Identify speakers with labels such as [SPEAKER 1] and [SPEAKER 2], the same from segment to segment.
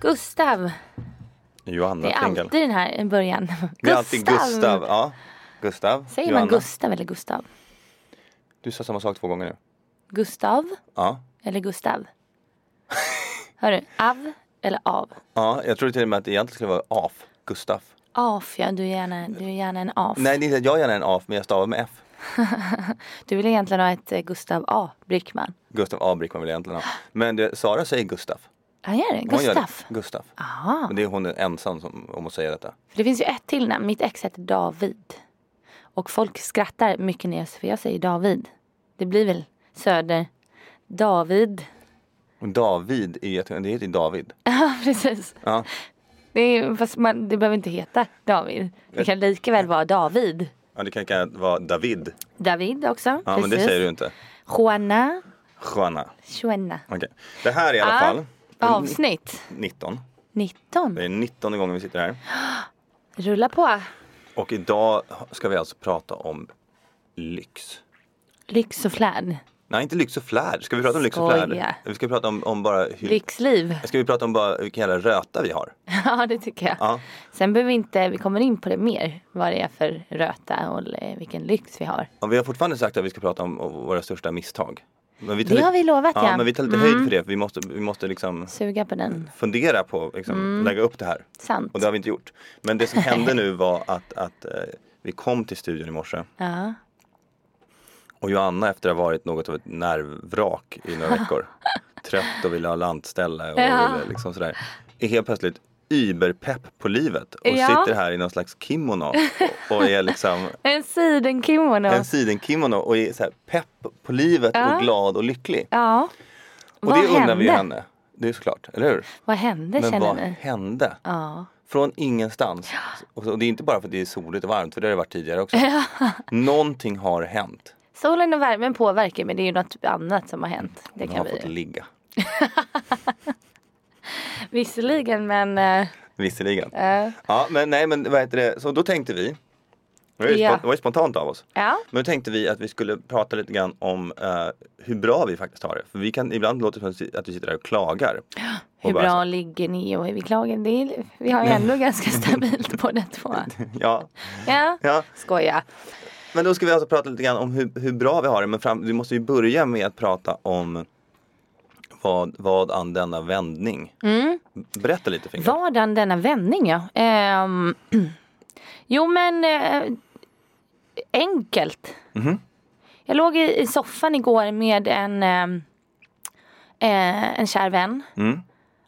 [SPEAKER 1] Gustav.
[SPEAKER 2] Johanna
[SPEAKER 1] Det är
[SPEAKER 2] Klingel.
[SPEAKER 1] alltid den här i början. Gustav.
[SPEAKER 2] Det är alltid Gustav. Ja. Gustav.
[SPEAKER 1] Säger
[SPEAKER 2] Johanna.
[SPEAKER 1] man Gustav eller Gustav?
[SPEAKER 2] Du sa samma sak två gånger nu.
[SPEAKER 1] Gustav
[SPEAKER 2] Ja.
[SPEAKER 1] eller Gustav? Hör du? Av eller av?
[SPEAKER 2] Ja, jag trodde till och med att det egentligen skulle vara AF. Gustav.
[SPEAKER 1] Af ja, du är gärna, du är gärna en af.
[SPEAKER 2] Nej, det är inte att jag gärna är en AF, men jag stavar med F.
[SPEAKER 1] Du vill egentligen ha ett eh, Gustav A. Brickman.
[SPEAKER 2] Gustav A Brickman vill jag egentligen ha. Men det, Sara säger Gustav.
[SPEAKER 1] Han gör det.
[SPEAKER 2] Hon gör det.
[SPEAKER 1] Gustav.
[SPEAKER 2] Gustav.
[SPEAKER 1] Aha.
[SPEAKER 2] Men det är hon ensam som, om att säga detta.
[SPEAKER 1] För det finns ju ett till namn. Mitt ex heter David. Och folk skrattar mycket när jag, för jag säger David. Det blir väl Söder. David.
[SPEAKER 2] Och David är jätte... Det heter ju David.
[SPEAKER 1] Ja, precis.
[SPEAKER 2] Ja.
[SPEAKER 1] Det, är, fast man, det behöver inte heta David. Det kan lika väl vara David.
[SPEAKER 2] ja, det kan, kan vara David.
[SPEAKER 1] David också.
[SPEAKER 2] Ja, men det säger du inte.
[SPEAKER 1] Juana.
[SPEAKER 2] Sköna.
[SPEAKER 1] Juana.
[SPEAKER 2] Okej. Det här är i alla
[SPEAKER 1] Ja.
[SPEAKER 2] fall
[SPEAKER 1] Avsnitt
[SPEAKER 2] 19.
[SPEAKER 1] 19.
[SPEAKER 2] Det är 19 gången vi sitter här.
[SPEAKER 1] Rulla på.
[SPEAKER 2] Och idag ska vi alltså prata om lyx.
[SPEAKER 1] Lyx och flärd.
[SPEAKER 2] Nej, inte lyx och flärd. Ska vi prata om lyx och flärd?
[SPEAKER 1] Skoja.
[SPEAKER 2] Vi ska prata om, om bara hur...
[SPEAKER 1] Lyxliv.
[SPEAKER 2] Ska vi prata om bara vilken jävla röta vi har?
[SPEAKER 1] Ja, det tycker jag.
[SPEAKER 2] Ja.
[SPEAKER 1] Sen behöver vi inte, vi kommer in på det mer. Vad det är för röta och l- vilken lyx vi har.
[SPEAKER 2] Ja, vi har fortfarande sagt att vi ska prata om om våra största misstag. Men vi
[SPEAKER 1] Det har vi lovat, Mm.
[SPEAKER 2] ja.
[SPEAKER 1] ja.
[SPEAKER 2] men vi tar lite höjd för det. För vi måste, vi måste liksom
[SPEAKER 1] Suga på den.
[SPEAKER 2] fundera på, liksom,
[SPEAKER 1] Mm.
[SPEAKER 2] lägga upp det här.
[SPEAKER 1] Sant.
[SPEAKER 2] Och det har vi inte gjort. Men det som hände nu var att, att eh, vi kom till studion i morse.
[SPEAKER 1] Ja.
[SPEAKER 2] Och Joanna efter att ha varit något av ett nervvrak i några veckor. trött och ville ha lantställe och
[SPEAKER 1] Ja.
[SPEAKER 2] ville liksom sådär. Är helt plötsligt überpepp på livet och
[SPEAKER 1] Ja.
[SPEAKER 2] sitter här i någon slags kimono och, och är liksom
[SPEAKER 1] En sidenkimono.
[SPEAKER 2] en sidenkimono och är så här pepp på livet
[SPEAKER 1] Ja.
[SPEAKER 2] och glad och lycklig.
[SPEAKER 1] Ja.
[SPEAKER 2] och
[SPEAKER 1] vad
[SPEAKER 2] det undrar vi ju
[SPEAKER 1] hände?
[SPEAKER 2] henne. Det är såklart, eller hur?
[SPEAKER 1] Vad hände
[SPEAKER 2] Men
[SPEAKER 1] känner
[SPEAKER 2] vad
[SPEAKER 1] ni?
[SPEAKER 2] hände?
[SPEAKER 1] Ja.
[SPEAKER 2] Från ingenstans. Och, så, och det är inte bara för att det är soligt och varmt, för det har det varit tidigare också. Någonting har hänt.
[SPEAKER 1] Solen och värmen påverkar men det är ju något annat som har hänt. Det
[SPEAKER 2] Hon
[SPEAKER 1] kan
[SPEAKER 2] har fått
[SPEAKER 1] vi.
[SPEAKER 2] ligga.
[SPEAKER 1] Visserligen men eh,
[SPEAKER 2] Visserligen.
[SPEAKER 1] eh,
[SPEAKER 2] Ja, men nej, men vad heter det? Så då tänkte vi. Det var ju,
[SPEAKER 1] Ja.
[SPEAKER 2] spon- det var ju spontant av oss.
[SPEAKER 1] ja.
[SPEAKER 2] Men då tänkte vi att vi skulle prata lite grann om eh, hur bra vi faktiskt har det. För vi kan ibland låter det som att vi sitter där och klagar.
[SPEAKER 1] Hur
[SPEAKER 2] Och bara
[SPEAKER 1] bra ligger ni och är vi klagen? Det är, vi har ju ändå ganska stabilt båda två.
[SPEAKER 2] Ja,
[SPEAKER 1] Ja,
[SPEAKER 2] ja.
[SPEAKER 1] skoja.
[SPEAKER 2] Men då ska vi alltså prata lite grann om hur, hur bra vi har det. Men fram, vi måste ju börja med att prata om vad, vad an denna vändning.
[SPEAKER 1] Mm.
[SPEAKER 2] Berätta lite Finka.
[SPEAKER 1] Vardagen denna vändning ja. Ehm, jo men eh, enkelt.
[SPEAKER 2] Mhm.
[SPEAKER 1] Jag låg i, i soffan igår med en, ehm, eh, en kär vän.
[SPEAKER 2] Mm.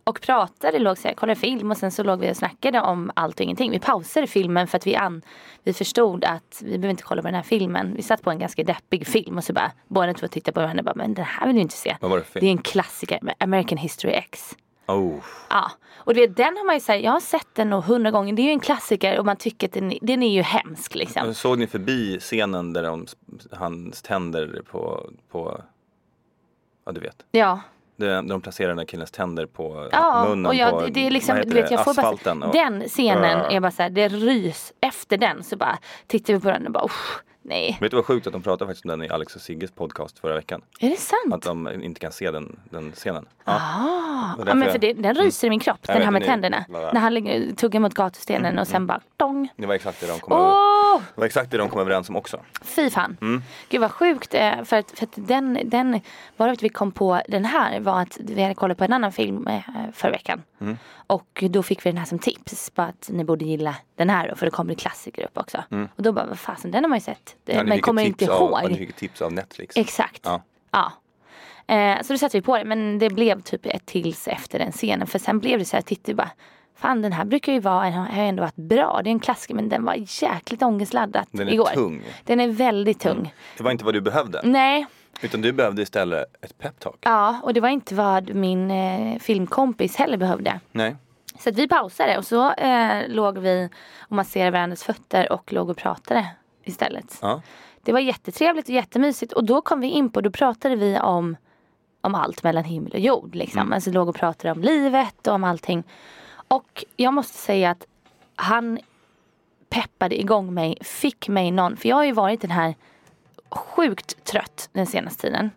[SPEAKER 1] Och pratade, låg så här, kollade film och sen så låg vi och snackade om allt och ingenting. Vi pausade filmen för att vi, an, vi förstod att vi behöver inte kolla på den här filmen. Vi satt på en ganska deppig film och så bara båda två tittade på varandra och bara men den här vill du inte se.
[SPEAKER 2] Vad var det för film?
[SPEAKER 1] Det är en klassiker, American History X.
[SPEAKER 2] Oh.
[SPEAKER 1] Ja, och du vet, den har man ju sagt, jag har sett den nog hundra gånger. Det är ju en klassiker och man tycker att den, den är ju hemsk liksom.
[SPEAKER 2] Såg ni förbi scenen där de, hans tänder på, på... Ja, du vet.
[SPEAKER 1] Ja,
[SPEAKER 2] Det- Där de placerar den där killens tänder på
[SPEAKER 1] ja
[SPEAKER 2] munnen
[SPEAKER 1] och jag,
[SPEAKER 2] på
[SPEAKER 1] det, det är
[SPEAKER 2] vad
[SPEAKER 1] liksom,
[SPEAKER 2] heter
[SPEAKER 1] du vet
[SPEAKER 2] det?
[SPEAKER 1] jag får bara,
[SPEAKER 2] asfalten. och,
[SPEAKER 1] den scenen
[SPEAKER 2] Ja.
[SPEAKER 1] är bara så här, det rys. Efter den så bara tittar vi på den och bara usch. Nej.
[SPEAKER 2] Vet du vad sjukt att de pratade faktiskt om den i Alex och Sigges podcast förra veckan?
[SPEAKER 1] Är det sant?
[SPEAKER 2] Att de inte kan se den, den scenen. Ja.
[SPEAKER 1] Ah,
[SPEAKER 2] var
[SPEAKER 1] ja, men
[SPEAKER 2] därför
[SPEAKER 1] för det,
[SPEAKER 2] jag-
[SPEAKER 1] den ryser i min kropp,
[SPEAKER 2] Jag
[SPEAKER 1] den
[SPEAKER 2] vet, Mm,
[SPEAKER 1] här med
[SPEAKER 2] det-
[SPEAKER 1] tänderna.
[SPEAKER 2] Ja.
[SPEAKER 1] När han ligger- tuggar mot gatustenen och sen bara dong.
[SPEAKER 2] Det var exakt det de kom, över,
[SPEAKER 1] Åh,
[SPEAKER 2] det var exakt det de kom överens om också.
[SPEAKER 1] fy fan.
[SPEAKER 2] Mm.
[SPEAKER 1] Gud vad sjukt. eh, För att, för att den, den, bara att vi kom på den här var att vi hade kollat på en annan film eh, förra veckan.
[SPEAKER 2] Mm.
[SPEAKER 1] Och då fick vi den här som tips. Bara att ni borde gilla den här då, för det kommer en klassiker upp också. Och då bara, vad fasen, den har man ju sett. Det-
[SPEAKER 2] Mm. Ja, ni
[SPEAKER 1] men
[SPEAKER 2] fick
[SPEAKER 1] kommer
[SPEAKER 2] ett
[SPEAKER 1] inte
[SPEAKER 2] tips av- ja,
[SPEAKER 1] ihåg.
[SPEAKER 2] Ni fick ett tips av Netflix.
[SPEAKER 1] Exakt.
[SPEAKER 2] Ja.
[SPEAKER 1] Ja. Eh, så då satte vi på det. Men det blev typ ett tills efter den scenen. För sen blev det så här, tittade vi bara. Fan den här brukar ju vara, har ju ändå varit bra. Det är en klassiker men den var jäkligt ångestladdad
[SPEAKER 2] Den är
[SPEAKER 1] igår.
[SPEAKER 2] tung. Mm.
[SPEAKER 1] Den är väldigt tung.
[SPEAKER 2] Det var inte vad du behövde.
[SPEAKER 1] Nej,
[SPEAKER 2] Utan du behövde istället ett peptalk.
[SPEAKER 1] Mm. ja och det var inte vad min eh, filmkompis heller behövde.
[SPEAKER 2] Nej.
[SPEAKER 1] Så att vi pausade och så eh, låg vi och masserade varandras fötter och låg och pratade istället.
[SPEAKER 2] Ja.
[SPEAKER 1] Det var jättetrevligt och jättemysigt och då kom vi in på, då pratade vi om, om allt mellan himmel och jord. Liksom. Alltså låg och pratade om livet och om allting. Och jag måste säga att han peppade igång mig, fick mig någon, för jag har ju varit den här sjukt trött den senaste tiden.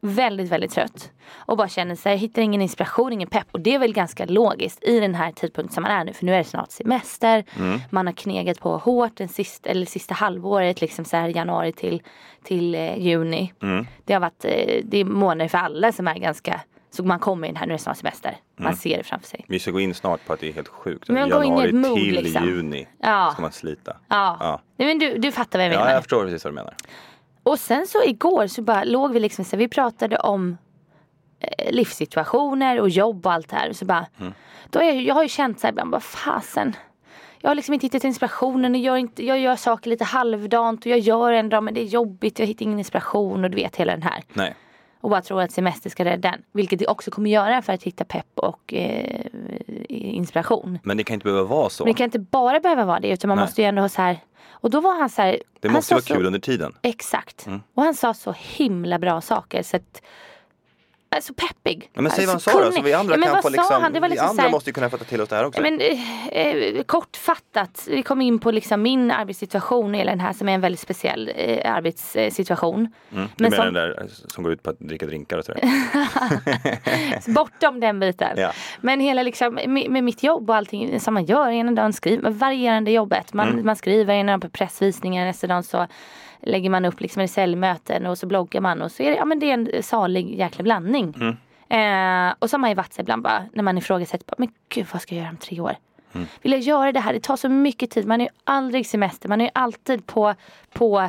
[SPEAKER 1] Väldigt, väldigt trött. Och bara känner sig, hittar ingen inspiration, ingen pepp. Och det är väl ganska logiskt i den här tidpunkten som man är nu. För nu är det snart semester.
[SPEAKER 2] Mm.
[SPEAKER 1] Man har knegat på hårt den sista, eller sista halvåret. Liksom så här januari till, till eh, juni.
[SPEAKER 2] Mm.
[SPEAKER 1] Det har varit, eh, det är månader för alla som är ganska, så man kommer in här, nu är det snart semester. Man
[SPEAKER 2] Mm.
[SPEAKER 1] ser det framför sig.
[SPEAKER 2] Vi ska gå in snart på att det är helt sjukt.
[SPEAKER 1] Men gå in i
[SPEAKER 2] Januari
[SPEAKER 1] ett mood,
[SPEAKER 2] till
[SPEAKER 1] liksom.
[SPEAKER 2] juni
[SPEAKER 1] Ja.
[SPEAKER 2] ska man slita.
[SPEAKER 1] Ja.
[SPEAKER 2] Ja.
[SPEAKER 1] Nej, men du, du fattar vad jag menar.
[SPEAKER 2] Ja, jag förstår precis vad du menar.
[SPEAKER 1] Och sen så igår så bara låg vi liksom så här, vi pratade om eh, livssituationer och jobb och allt det här. Och så bara,
[SPEAKER 2] Mm.
[SPEAKER 1] då har jag, jag har ju känt så här ibland, bara fasen. Jag har liksom inte hittat inspirationen och gör inte, jag gör saker lite halvdant och jag gör en dag men det är jobbigt, jag hittar ingen inspiration och du vet hela den här.
[SPEAKER 2] Nej.
[SPEAKER 1] Och bara tror att semester ska rädda den. Vilket det också kommer göra för att hitta pepp och eh, inspiration.
[SPEAKER 2] Men det kan inte behöva vara så.
[SPEAKER 1] Men det kan inte bara behöva vara det utan man
[SPEAKER 2] Nej.
[SPEAKER 1] måste ju ändå ha så här. Och då var han så här.
[SPEAKER 2] Det
[SPEAKER 1] han
[SPEAKER 2] måste
[SPEAKER 1] sa
[SPEAKER 2] vara
[SPEAKER 1] så-
[SPEAKER 2] kul under tiden.
[SPEAKER 1] Exakt.
[SPEAKER 2] Mm.
[SPEAKER 1] Och han sa så himla bra saker. Så att, alltså peppig.
[SPEAKER 2] Ja, men säg vad han
[SPEAKER 1] alltså,
[SPEAKER 2] sa då,
[SPEAKER 1] kunnig.
[SPEAKER 2] så vi andra
[SPEAKER 1] ja, men
[SPEAKER 2] kan
[SPEAKER 1] vad
[SPEAKER 2] få
[SPEAKER 1] sa
[SPEAKER 2] liksom,
[SPEAKER 1] han? Det var
[SPEAKER 2] vi
[SPEAKER 1] liksom
[SPEAKER 2] andra
[SPEAKER 1] så här,
[SPEAKER 2] måste ju kunna fatta till oss det här också.
[SPEAKER 1] ja, men, eh, eh, kortfattat, vi kom in på liksom min arbetssituation eller den här som är en väldigt speciell eh, arbetssituation.
[SPEAKER 2] Mm, du
[SPEAKER 1] Men
[SPEAKER 2] menar
[SPEAKER 1] som,
[SPEAKER 2] den där eh, som går ut på att dricka drinkar och sådär?
[SPEAKER 1] bortom den biten.
[SPEAKER 2] Ja.
[SPEAKER 1] Men hela liksom, med, med mitt jobb och allting som man gör, ena dagen skriver man, varierande jobbet. Man,
[SPEAKER 2] Mm.
[SPEAKER 1] man skriver ena dagen på pressvisningar, nästa dag så lägger man upp liksom säljmöten och så bloggar man och så är det, ja men det är en salig jäkla blandning.
[SPEAKER 2] Mm.
[SPEAKER 1] Eh, och så har man ju varit så ibland bara, när man ifrågasätter, bara, men gud vad ska jag göra om tre år?
[SPEAKER 2] Mm.
[SPEAKER 1] Vill jag göra det här? Det tar så mycket tid, man är ju aldrig i semester, man är ju alltid på, på,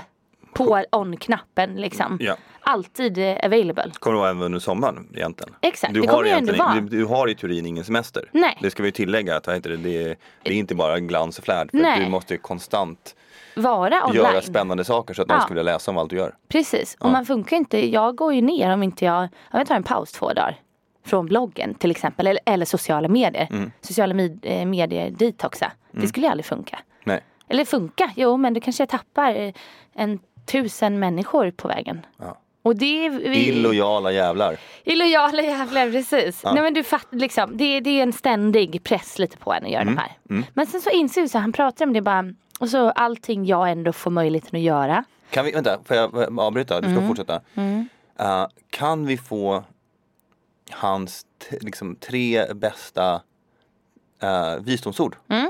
[SPEAKER 1] på on-knappen liksom.
[SPEAKER 2] Ja.
[SPEAKER 1] Alltid eh, available.
[SPEAKER 2] Kommer det vara även under sommaren egentligen?
[SPEAKER 1] Exakt,
[SPEAKER 2] du
[SPEAKER 1] det
[SPEAKER 2] har
[SPEAKER 1] kommer ju ändå
[SPEAKER 2] egentligen-
[SPEAKER 1] vara.
[SPEAKER 2] Du, du har i teorin ingen semester.
[SPEAKER 1] Nej.
[SPEAKER 2] Det ska vi ju tillägga att vad heter det, det, är- det är inte bara glans och flärd. För att
[SPEAKER 1] Nej.
[SPEAKER 2] du måste ju konstant
[SPEAKER 1] Vara online.
[SPEAKER 2] göra spännande saker så att någon
[SPEAKER 1] Ja.
[SPEAKER 2] ska vilja läsa om allt du gör.
[SPEAKER 1] Precis, och man funkar inte. Jag går ju ner om inte jag, jag tar en paus två dagar. Från bloggen till exempel, eller, eller sociala medier. Sociala med, eh, medier detoxa. Det skulle ju aldrig funka.
[SPEAKER 2] Nej.
[SPEAKER 1] Eller funka, jo men då kanske jag tappar eh, en tusen människor på vägen. Och det är vi...
[SPEAKER 2] Illojala jävlar.
[SPEAKER 1] Illojala jävlar, precis. Nej men du fattar liksom, det, det är en ständig press lite på en att göra de här. Men sen så inser vi så, här, han pratar om det bara, och så allting jag ändå får möjligheten att göra.
[SPEAKER 2] Kan vi, vänta, får jag eh, avbryta? Du ska
[SPEAKER 1] Mm.
[SPEAKER 2] fortsätta. Eh, kan vi få hans t- liksom, tre bästa eh, visdomsord?
[SPEAKER 1] Mm.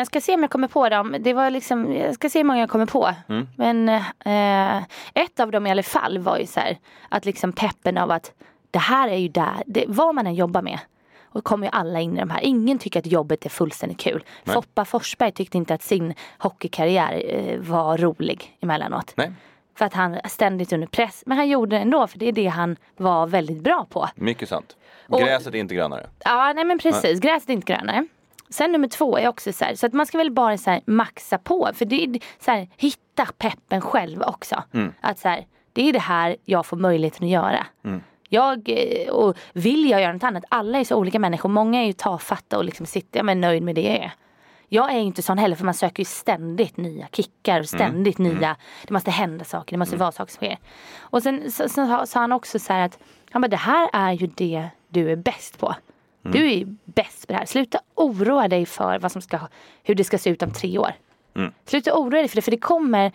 [SPEAKER 1] Eh, ska se om jag kommer på dem. Det var liksom, jag ska se hur många jag kommer på. Men eh, ett av dem i alla fall var ju så här, att liksom peppen av att det här är ju där, det, vad man än jobbar med. Och kommer ju alla in i de här. Ingen tycker att jobbet är fullständigt kul. Foppa Forsberg tyckte inte att sin hockeykarriär eh, var rolig emellanåt.
[SPEAKER 2] Nej,
[SPEAKER 1] För att han är ständigt under press. Men han gjorde det ändå för det är det han var väldigt bra på.
[SPEAKER 2] mycket sant.
[SPEAKER 1] Och-
[SPEAKER 2] Gräset är inte grönare.
[SPEAKER 1] Ja, nej men precis. Gräset är inte grönare. Sen nummer två är också så här, så att man ska väl bara så här maxa på. För det är så här, hitta peppen själv också. Att så här, det är det här jag får möjligheten att göra. Jag, eh, och vill jag göra något annat? Alla är så olika människor. Många är ju tafatta och liksom sitter, ja men nöjd med det jag är. Jag är ju inte sån heller för man söker ju ständigt nya kickar och ständigt nya, det måste hända saker, det måste vara saker som sker. Och sen, så, sen sa- sa han också så här att, han bara det här är ju det du är bäst på. Du är ju bäst på det här. Sluta oroa dig för vad som ska, hur det ska se ut om tre år. Sluta oroa dig för det, för det kommer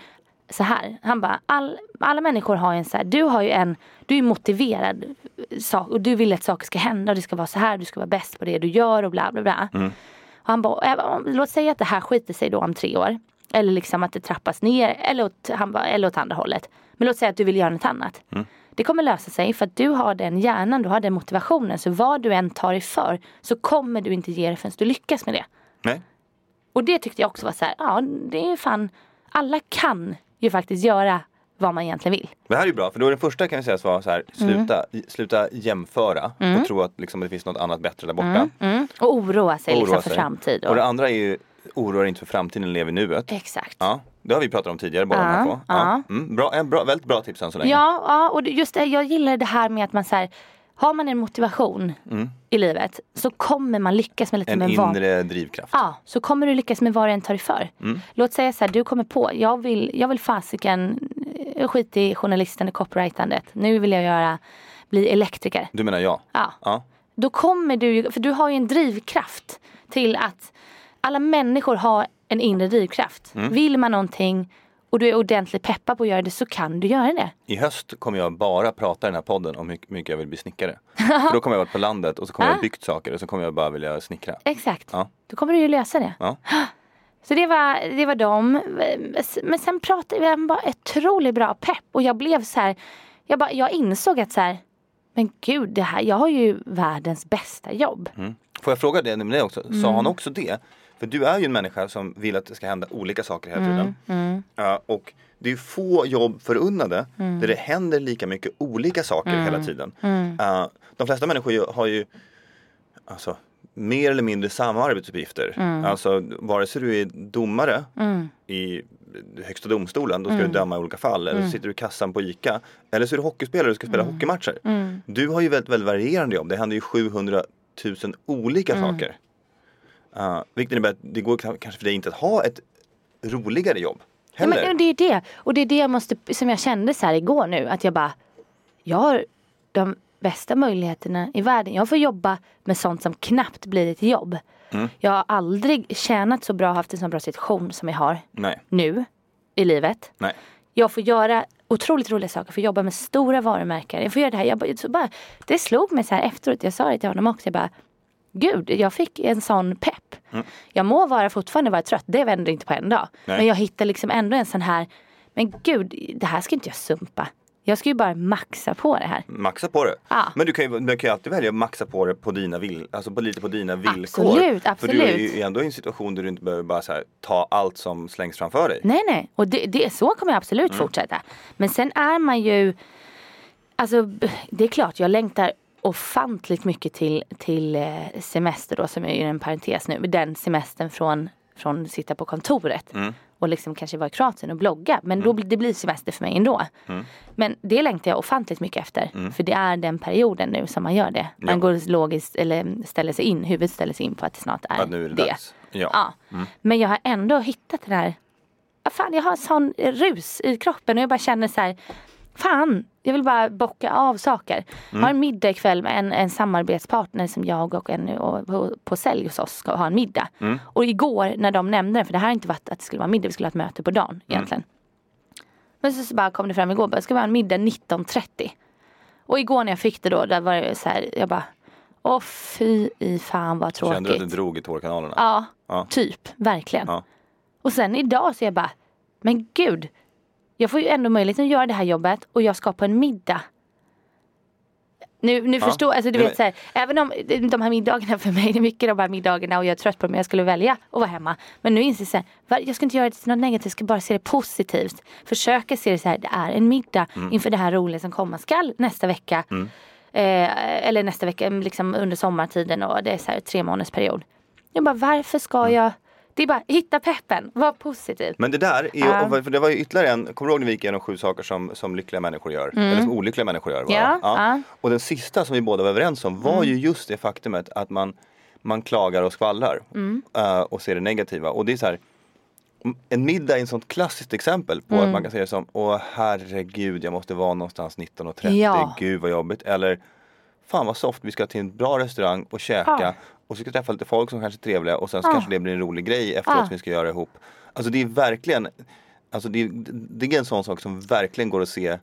[SPEAKER 1] så här. Han bara, all, alla människor har ju en så här, du har ju en, du är motiverad eh, sak och du vill att saker ska hända och det ska vara så här, du ska vara bäst på det du gör och bla bla bla. Och han bara, "Även om- låt säga att det här skiter sig då om tre år. Eller liksom att det trappas ner eller åt, han bara, eller åt andra hållet. Men låt säga att du vill göra något annat.
[SPEAKER 2] Mm.
[SPEAKER 1] Det kommer lösa sig för att du har den hjärnan, du har den motivationen. Så vad du än tar dig för så kommer du inte ge dig förrän du lyckas med det.
[SPEAKER 2] Nej.
[SPEAKER 1] Och det tyckte jag också var så här, ja det är ju fan, alla kan ju faktiskt göra vad man egentligen vill.
[SPEAKER 2] Det här är ju bra, för då är den första kan vi säga som var så här,
[SPEAKER 1] Mm.
[SPEAKER 2] sluta, sluta jämföra och tro att liksom, det finns något annat bättre där borta.
[SPEAKER 1] Mm. Och oroa sig liksom
[SPEAKER 2] Oroa
[SPEAKER 1] för
[SPEAKER 2] sig.
[SPEAKER 1] framtid.
[SPEAKER 2] Och
[SPEAKER 1] Och,
[SPEAKER 2] det andra är ju, oroa dig inte för framtiden, lev i nuet.
[SPEAKER 1] exakt.
[SPEAKER 2] Ja, det har vi pratat om tidigare båda de här två. Ja. Mm, bra, en bra, väldigt bra tips än så länge.
[SPEAKER 1] Ja, ja och det- just det, jag gillar det här med att man så här, har man en motivation i livet så kommer man lyckas med lite
[SPEAKER 2] Mm. en
[SPEAKER 1] med vad-
[SPEAKER 2] inre Mm. drivkraft.
[SPEAKER 1] Ja, så kommer du lyckas med vad du än tar dig för. Låt säga så här, du kommer på, jag vill, jag vill fasiken, eh, skit i journalisten och copywritandet. Nu vill jag göra, bli elektriker.
[SPEAKER 2] Du menar jag?
[SPEAKER 1] Ja.
[SPEAKER 2] ja.
[SPEAKER 1] Då kommer du ju, för du har ju en drivkraft till att alla människor har en inre drivkraft.
[SPEAKER 2] Mm.
[SPEAKER 1] Vill man någonting och du är ordentligt peppad på att göra det så kan du göra det.
[SPEAKER 2] I höst kommer jag bara prata i den här podden om hur mycket jag vill bli snickare. För då kommer jag vara på landet och så kommer jag ha byggt saker och så kommer jag bara vilja snickra.
[SPEAKER 1] Exakt.
[SPEAKER 2] Ja.
[SPEAKER 1] Då kommer du ju lösa det.
[SPEAKER 2] Ja.
[SPEAKER 1] Så det var, det var dem. Men sen pratade vi, han var otroligt bra pepp. Och jag blev så här, jag, bara, jag insåg att så här, men gud, det här, jag har ju världens bästa jobb.
[SPEAKER 2] Får jag fråga det med dig också? Sa han också det? För du är ju en människa som vill att det ska hända olika saker hela tiden. Ja, och det är ju få jobb förunnade där det händer lika mycket olika saker hela tiden. Ja, de flesta människor ju- har ju alltså, mer eller mindre samma arbetsuppgifter.
[SPEAKER 1] Mm.
[SPEAKER 2] Alltså vare sig du är domare i högsta domstolen, då ska
[SPEAKER 1] Mm.
[SPEAKER 2] du döma i olika fall. Eller så sitter du i kassan på ICA. Eller så är du hockeyspelare och du ska
[SPEAKER 1] Mm.
[SPEAKER 2] spela hockeymatcher. Du har ju väldigt, väldigt varierande jobb. Det händer ju 700 000 olika
[SPEAKER 1] Mm.
[SPEAKER 2] saker. Uh, vilket innebär att det går kna- kanske för dig inte att ha ett roligare jobb.
[SPEAKER 1] Ja,
[SPEAKER 2] Heller.
[SPEAKER 1] men, det är det. Och det är det jag måste, som jag kände så här igår nu. Att jag bara, jag har de bästa möjligheterna i världen. Jag får jobba med sånt som knappt blir ett jobb.
[SPEAKER 2] Mm.
[SPEAKER 1] Jag har aldrig tjänat så bra, haft en så bra situation som jag har
[SPEAKER 2] Nej,
[SPEAKER 1] nu i livet.
[SPEAKER 2] nej.
[SPEAKER 1] jag får göra otroligt roliga saker, får jobba med stora varumärken. Jag får göra det här. Jag bara, så bara, det slog mig så här efteråt, jag sa det till honom också. Jag bara, Gud, jag fick en sån pepp. Jag må vara fortfarande vara trött, det vänder inte på en dag.
[SPEAKER 2] Nej.
[SPEAKER 1] Men jag hittar liksom ändå en sån här, men gud, det här ska inte jag sumpa. Jag ska ju bara maxa på det här.
[SPEAKER 2] Maxa på det.
[SPEAKER 1] Ja.
[SPEAKER 2] Men du kan, ju, du kan ju alltid välja att maxa på det på dina vill, alltså på, lite på dina villkor.
[SPEAKER 1] Absolut,
[SPEAKER 2] För du är
[SPEAKER 1] absolut.
[SPEAKER 2] ju ändå i en situation där du inte behöver bara så här, ta allt som slängs framför dig.
[SPEAKER 1] Nej, nej. Och det, det, så kommer jag absolut
[SPEAKER 2] Mm.
[SPEAKER 1] fortsätta. Men sen är man ju... Alltså, b- det är klart, jag längtar ofantligt mycket till, till eh, semester då, som är ju en parentes nu. Den semestern från, från sitta på kontoret.
[SPEAKER 2] Mm.
[SPEAKER 1] Och liksom kanske vara i Kroatien och blogga. Men då, blir- det blir semester för mig ändå.
[SPEAKER 2] Mm.
[SPEAKER 1] Men det längtar jag ofantligt mycket efter. För det är den perioden nu som man gör det. Man går logiskt, eller ställer sig in, huvudet ställer sig in på att det snart är,
[SPEAKER 2] Att nu är det, dags. Ja. Mm.
[SPEAKER 1] Ja. Men jag har ändå hittat den här, ah, fan jag har sån rus i kroppen och jag bara känner så här, fan jag vill bara bocka av saker.
[SPEAKER 2] Mm.
[SPEAKER 1] Jag har en middag ikväll med en, en samarbetspartner som jag och en och på, på sälj hos oss ska ha en middag.
[SPEAKER 2] Mm.
[SPEAKER 1] Och igår när de nämnde det, för det här har inte varit att det skulle vara middag, vi skulle ha ett möte på
[SPEAKER 2] Mm.
[SPEAKER 1] dagen egentligen. Men så, så bara kom det fram igår, bara, ska vi ha en middag 19.30? Och igår när jag fick det då, där var det så här, jag bara, åh fy i fan vad tråkigt.
[SPEAKER 2] Kände du att det drog i tårkanalerna?
[SPEAKER 1] Ja,
[SPEAKER 2] Ja.
[SPEAKER 1] typ. Verkligen.
[SPEAKER 2] Ja.
[SPEAKER 1] Och sen idag så är jag bara, men gud. Jag får ju ändå möjligheten att göra det här jobbet och jag ska på en middag. Nu, nu
[SPEAKER 2] Ja.
[SPEAKER 1] förstår, alltså du
[SPEAKER 2] Nej,
[SPEAKER 1] vet så här, även om de här middagarna för mig, det är mycket de här middagarna och jag är trött på dem, jag skulle välja att vara hemma. Men nu inser jag så här, va- jag ska inte göra det till något negativt, jag ska bara se det positivt. Försöka se det så här, det är en middag
[SPEAKER 2] Mm.
[SPEAKER 1] inför det här roliga som komma skall nästa vecka. Eh, eller nästa vecka, liksom under sommartiden och det är så här tre månaders period. Jag bara, varför
[SPEAKER 2] Mm.
[SPEAKER 1] ska jag? Det är bara, hitta peppen, var positiv.
[SPEAKER 2] Men det där, är ju,
[SPEAKER 1] Ja.
[SPEAKER 2] och för det var ju ytterligare en, kommer du ihåg när vi gick igenom sju saker som, som lyckliga människor gör? Eller som olyckliga människor gör? bara?
[SPEAKER 1] Mm. Ja, ja. Mm.
[SPEAKER 2] Och den sista som vi båda var överens om var ju just det faktumet att man, man klagar och skvallrar
[SPEAKER 1] Mm.
[SPEAKER 2] eh, och ser det negativa. Och det är så här, m- en middag är ett sånt klassiskt exempel på
[SPEAKER 1] Mm.
[SPEAKER 2] att man kan se det som Åh herregud, jag måste vara någonstans 19.30,
[SPEAKER 1] Ja.
[SPEAKER 2] gud vad jobbigt. Eller Fan vad soft, vi ska till en bra restaurang och käka
[SPEAKER 1] Ja.
[SPEAKER 2] och så ska vi träffa lite
[SPEAKER 1] Ah.
[SPEAKER 2] folk som kanske är trevliga och sen så kanske det blir en rolig grej efteråt
[SPEAKER 1] Ja.
[SPEAKER 2] som vi ska göra ihop. Alltså det är verkligen Alltså det, det är en sån sak som verkligen går att se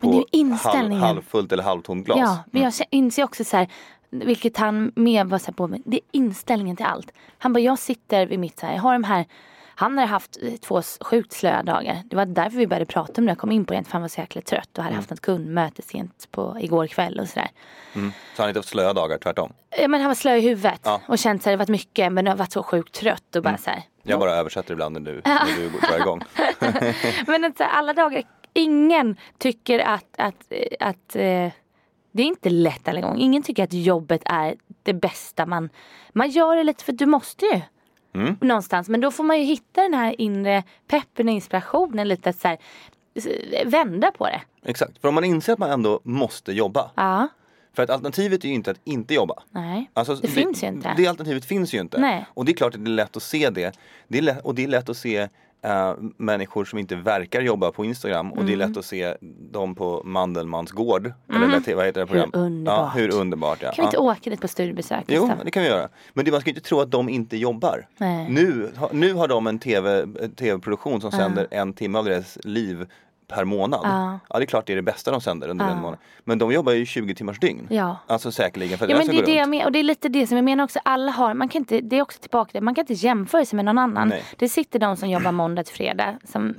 [SPEAKER 1] Men det är
[SPEAKER 2] på
[SPEAKER 1] ju inställningen.
[SPEAKER 2] halvfullt eller halvtomt glas.
[SPEAKER 1] Ja, men jag kä- inser också så här, vilket han med var så här på mig, det är inställningen till allt. Han bara, jag sitter vid mitt så här, jag har de här, han har haft eh, två s- sjukt slöa dagar. Det var därför vi började prata om det när jag kom in på det, för han var så jäkla trött och hade haft ett kundmöte sent på igår kväll och sådär.
[SPEAKER 2] Så han har inte haft slöa dagar, tvärtom.
[SPEAKER 1] Ja, men han var slö i huvudet
[SPEAKER 2] Ja.
[SPEAKER 1] och känt så här, det har varit mycket men jag har varit så sjukt trött och bara så här.
[SPEAKER 2] Jag bara översätter ibland när du, när du drar igång.
[SPEAKER 1] Men att så här, alla dagar, ingen tycker att, att, eh, att eh, det är inte lätt alla gånger. Ingen tycker att jobbet är det bästa man, man gör det lite för du måste ju.
[SPEAKER 2] Mm.
[SPEAKER 1] Någonstans, men då får man ju hitta den här inre peppen och inspirationen lite att så här, s- vända på det.
[SPEAKER 2] Exakt, för om man inser att man ändå måste jobba.
[SPEAKER 1] Ja,
[SPEAKER 2] För att alternativet är ju inte att inte jobba.
[SPEAKER 1] nej.
[SPEAKER 2] Alltså,
[SPEAKER 1] det, finns ju inte.
[SPEAKER 2] Det alternativet finns ju inte.
[SPEAKER 1] Nej.
[SPEAKER 2] Och det är klart att det är lätt att se det. det är lätt, och det är lätt att se eh, människor som inte verkar jobba på Instagram och det
[SPEAKER 1] Mm.
[SPEAKER 2] är lätt att se dem på Mandelmans gård. Eller det- vad heter det program? Ja,
[SPEAKER 1] underbart.
[SPEAKER 2] hur underbart ja.
[SPEAKER 1] kan vi inte
[SPEAKER 2] ja.
[SPEAKER 1] åka dit på studiebesök?
[SPEAKER 2] Jo,
[SPEAKER 1] Gustav?
[SPEAKER 2] det kan vi göra. Men det, man ska ju inte tro att de inte jobbar.
[SPEAKER 1] Nej.
[SPEAKER 2] Nu, ha- nu har de en TV, eh, tv-produktion som sänder en timme av deras liv per månad.
[SPEAKER 1] Ja.
[SPEAKER 2] det är klart det är det bästa de sänder under en månad. Men de jobbar ju 20 timmars dygn.
[SPEAKER 1] Ja.
[SPEAKER 2] Alltså säkerligen för att
[SPEAKER 1] Ja
[SPEAKER 2] det här
[SPEAKER 1] men det
[SPEAKER 2] ska
[SPEAKER 1] är
[SPEAKER 2] gå
[SPEAKER 1] det jag
[SPEAKER 2] runt.
[SPEAKER 1] menar och det är lite det som jag menar också. Alla har, man kan inte, det är också tillbaka till, man kan inte jämföra sig med någon annan.
[SPEAKER 2] Nej. Mm.
[SPEAKER 1] Det sitter de som jobbar måndag till fredag som,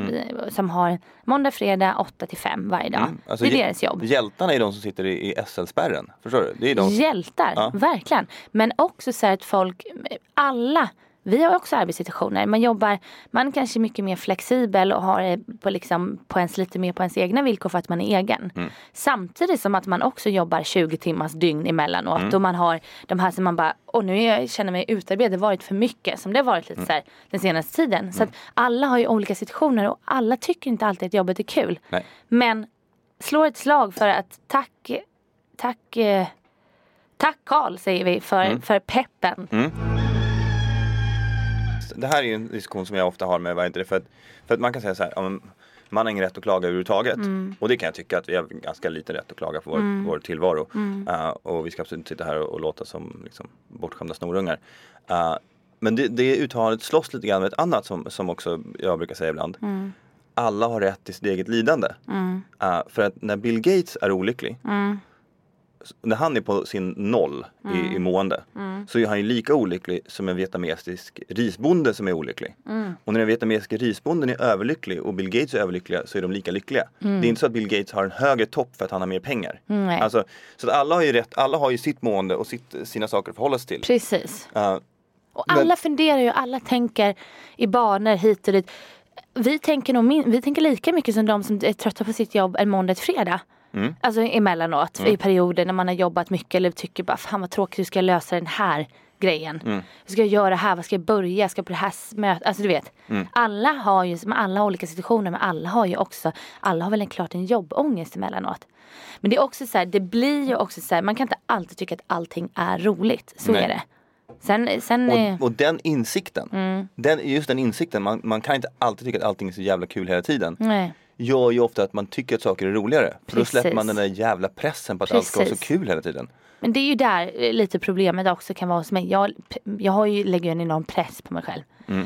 [SPEAKER 1] som har måndag, fredag 8 till 5 varje dag.
[SPEAKER 2] Alltså,
[SPEAKER 1] Mm. det är
[SPEAKER 2] hjä-
[SPEAKER 1] deras jobb.
[SPEAKER 2] Hjältarna är de som sitter i, i SL-spärren. Förstår du? Det är de...
[SPEAKER 1] Hjältar,
[SPEAKER 2] Ja.
[SPEAKER 1] verkligen. Men också så här att folk, alla, vi har också arbetssituationer. Man jobbar, man kanske är mycket mer flexibel och har det på, liksom, på ens, lite mer på ens egna villkor för att man är egen.
[SPEAKER 2] Mm.
[SPEAKER 1] Samtidigt som att man också jobbar 20 timmars dygn emellanåt
[SPEAKER 2] Mm.
[SPEAKER 1] och man har de här som man bara, åh nu är jag, känner jag mig utarbetad, det har varit för mycket. Som det har varit
[SPEAKER 2] Mm.
[SPEAKER 1] lite så här den senaste tiden. Så att alla har ju olika situationer och alla tycker inte alltid att jobbet är kul.
[SPEAKER 2] Nej.
[SPEAKER 1] Men slår ett slag för att tack, tack eh, Tack Karl säger vi för, för peppen.
[SPEAKER 2] Det här är ju en diskussion som jag ofta har med vad heter det, för, att, för att man kan säga så här, ja, men man har ingen rätt att klaga överhuvudtaget.
[SPEAKER 1] Mm.
[SPEAKER 2] Och det kan jag tycka att vi har ganska lite rätt att klaga på vår, vår tillvaro.
[SPEAKER 1] Mm.
[SPEAKER 2] Eh, och vi ska absolut inte sitta här och, och låta som liksom, bortskämda snorungar. Eh, men det, det uttalandet slåss lite grann med ett annat som, som också jag brukar säga ibland.
[SPEAKER 1] Mm.
[SPEAKER 2] Alla har rätt till sitt eget lidande. Eh, för att när Bill Gates är olycklig
[SPEAKER 1] Mm.
[SPEAKER 2] s- när han är på sin noll i,
[SPEAKER 1] Mm.
[SPEAKER 2] i mående så är han ju lika olycklig som en vietnamesisk risbonde som är olycklig.
[SPEAKER 1] Mm.
[SPEAKER 2] Och när den vietnamesiska risbonden är överlycklig och Bill Gates är överlyckliga så är de lika lyckliga. Det är inte så att Bill Gates har en högre topp för att han har mer pengar.
[SPEAKER 1] Mm. Nej.
[SPEAKER 2] Alltså, så att alla har ju rätt, alla har ju sitt mående och sitt, sina saker att förhålla sig till.
[SPEAKER 1] Precis.
[SPEAKER 2] Eh,
[SPEAKER 1] Och
[SPEAKER 2] Men-
[SPEAKER 1] alla funderar ju, alla tänker i banor hit och dit. Vi tänker, nog, min- vi tänker lika mycket som de som är trötta på sitt jobb en måndag till fredag.
[SPEAKER 2] Mm.
[SPEAKER 1] Alltså emellanåt i perioder när man har jobbat mycket eller tycker bara fan vad tråkigt hur ska jag lösa den här grejen.
[SPEAKER 2] Mm.
[SPEAKER 1] Hur ska jag göra här, vad ska jag börja, jag ska på det här s- mötet. Alltså du vet.
[SPEAKER 2] Mm.
[SPEAKER 1] Alla har ju, men alla har olika situationer men alla har ju också, alla har väl en, klart en jobbångest emellanåt. Men det är också så här, det blir ju också så här, man kan inte alltid tycka att allting är roligt. Så
[SPEAKER 2] Nej.
[SPEAKER 1] är det. Sen, sen eh,
[SPEAKER 2] Och, och den insikten,
[SPEAKER 1] Mm.
[SPEAKER 2] den, just den insikten, man, man kan inte alltid tycka att allting är så jävla kul hela tiden.
[SPEAKER 1] Nej.
[SPEAKER 2] gör ju ofta att man tycker att saker är roligare. För då
[SPEAKER 1] Precis.
[SPEAKER 2] släpper man den där jävla pressen på att allt ska vara så
[SPEAKER 1] Precis.
[SPEAKER 2] kul hela tiden.
[SPEAKER 1] Men det är ju där eh, lite problemet också kan vara hos mig. Jag, jag har ju, lägger ju en enorm press på mig själv.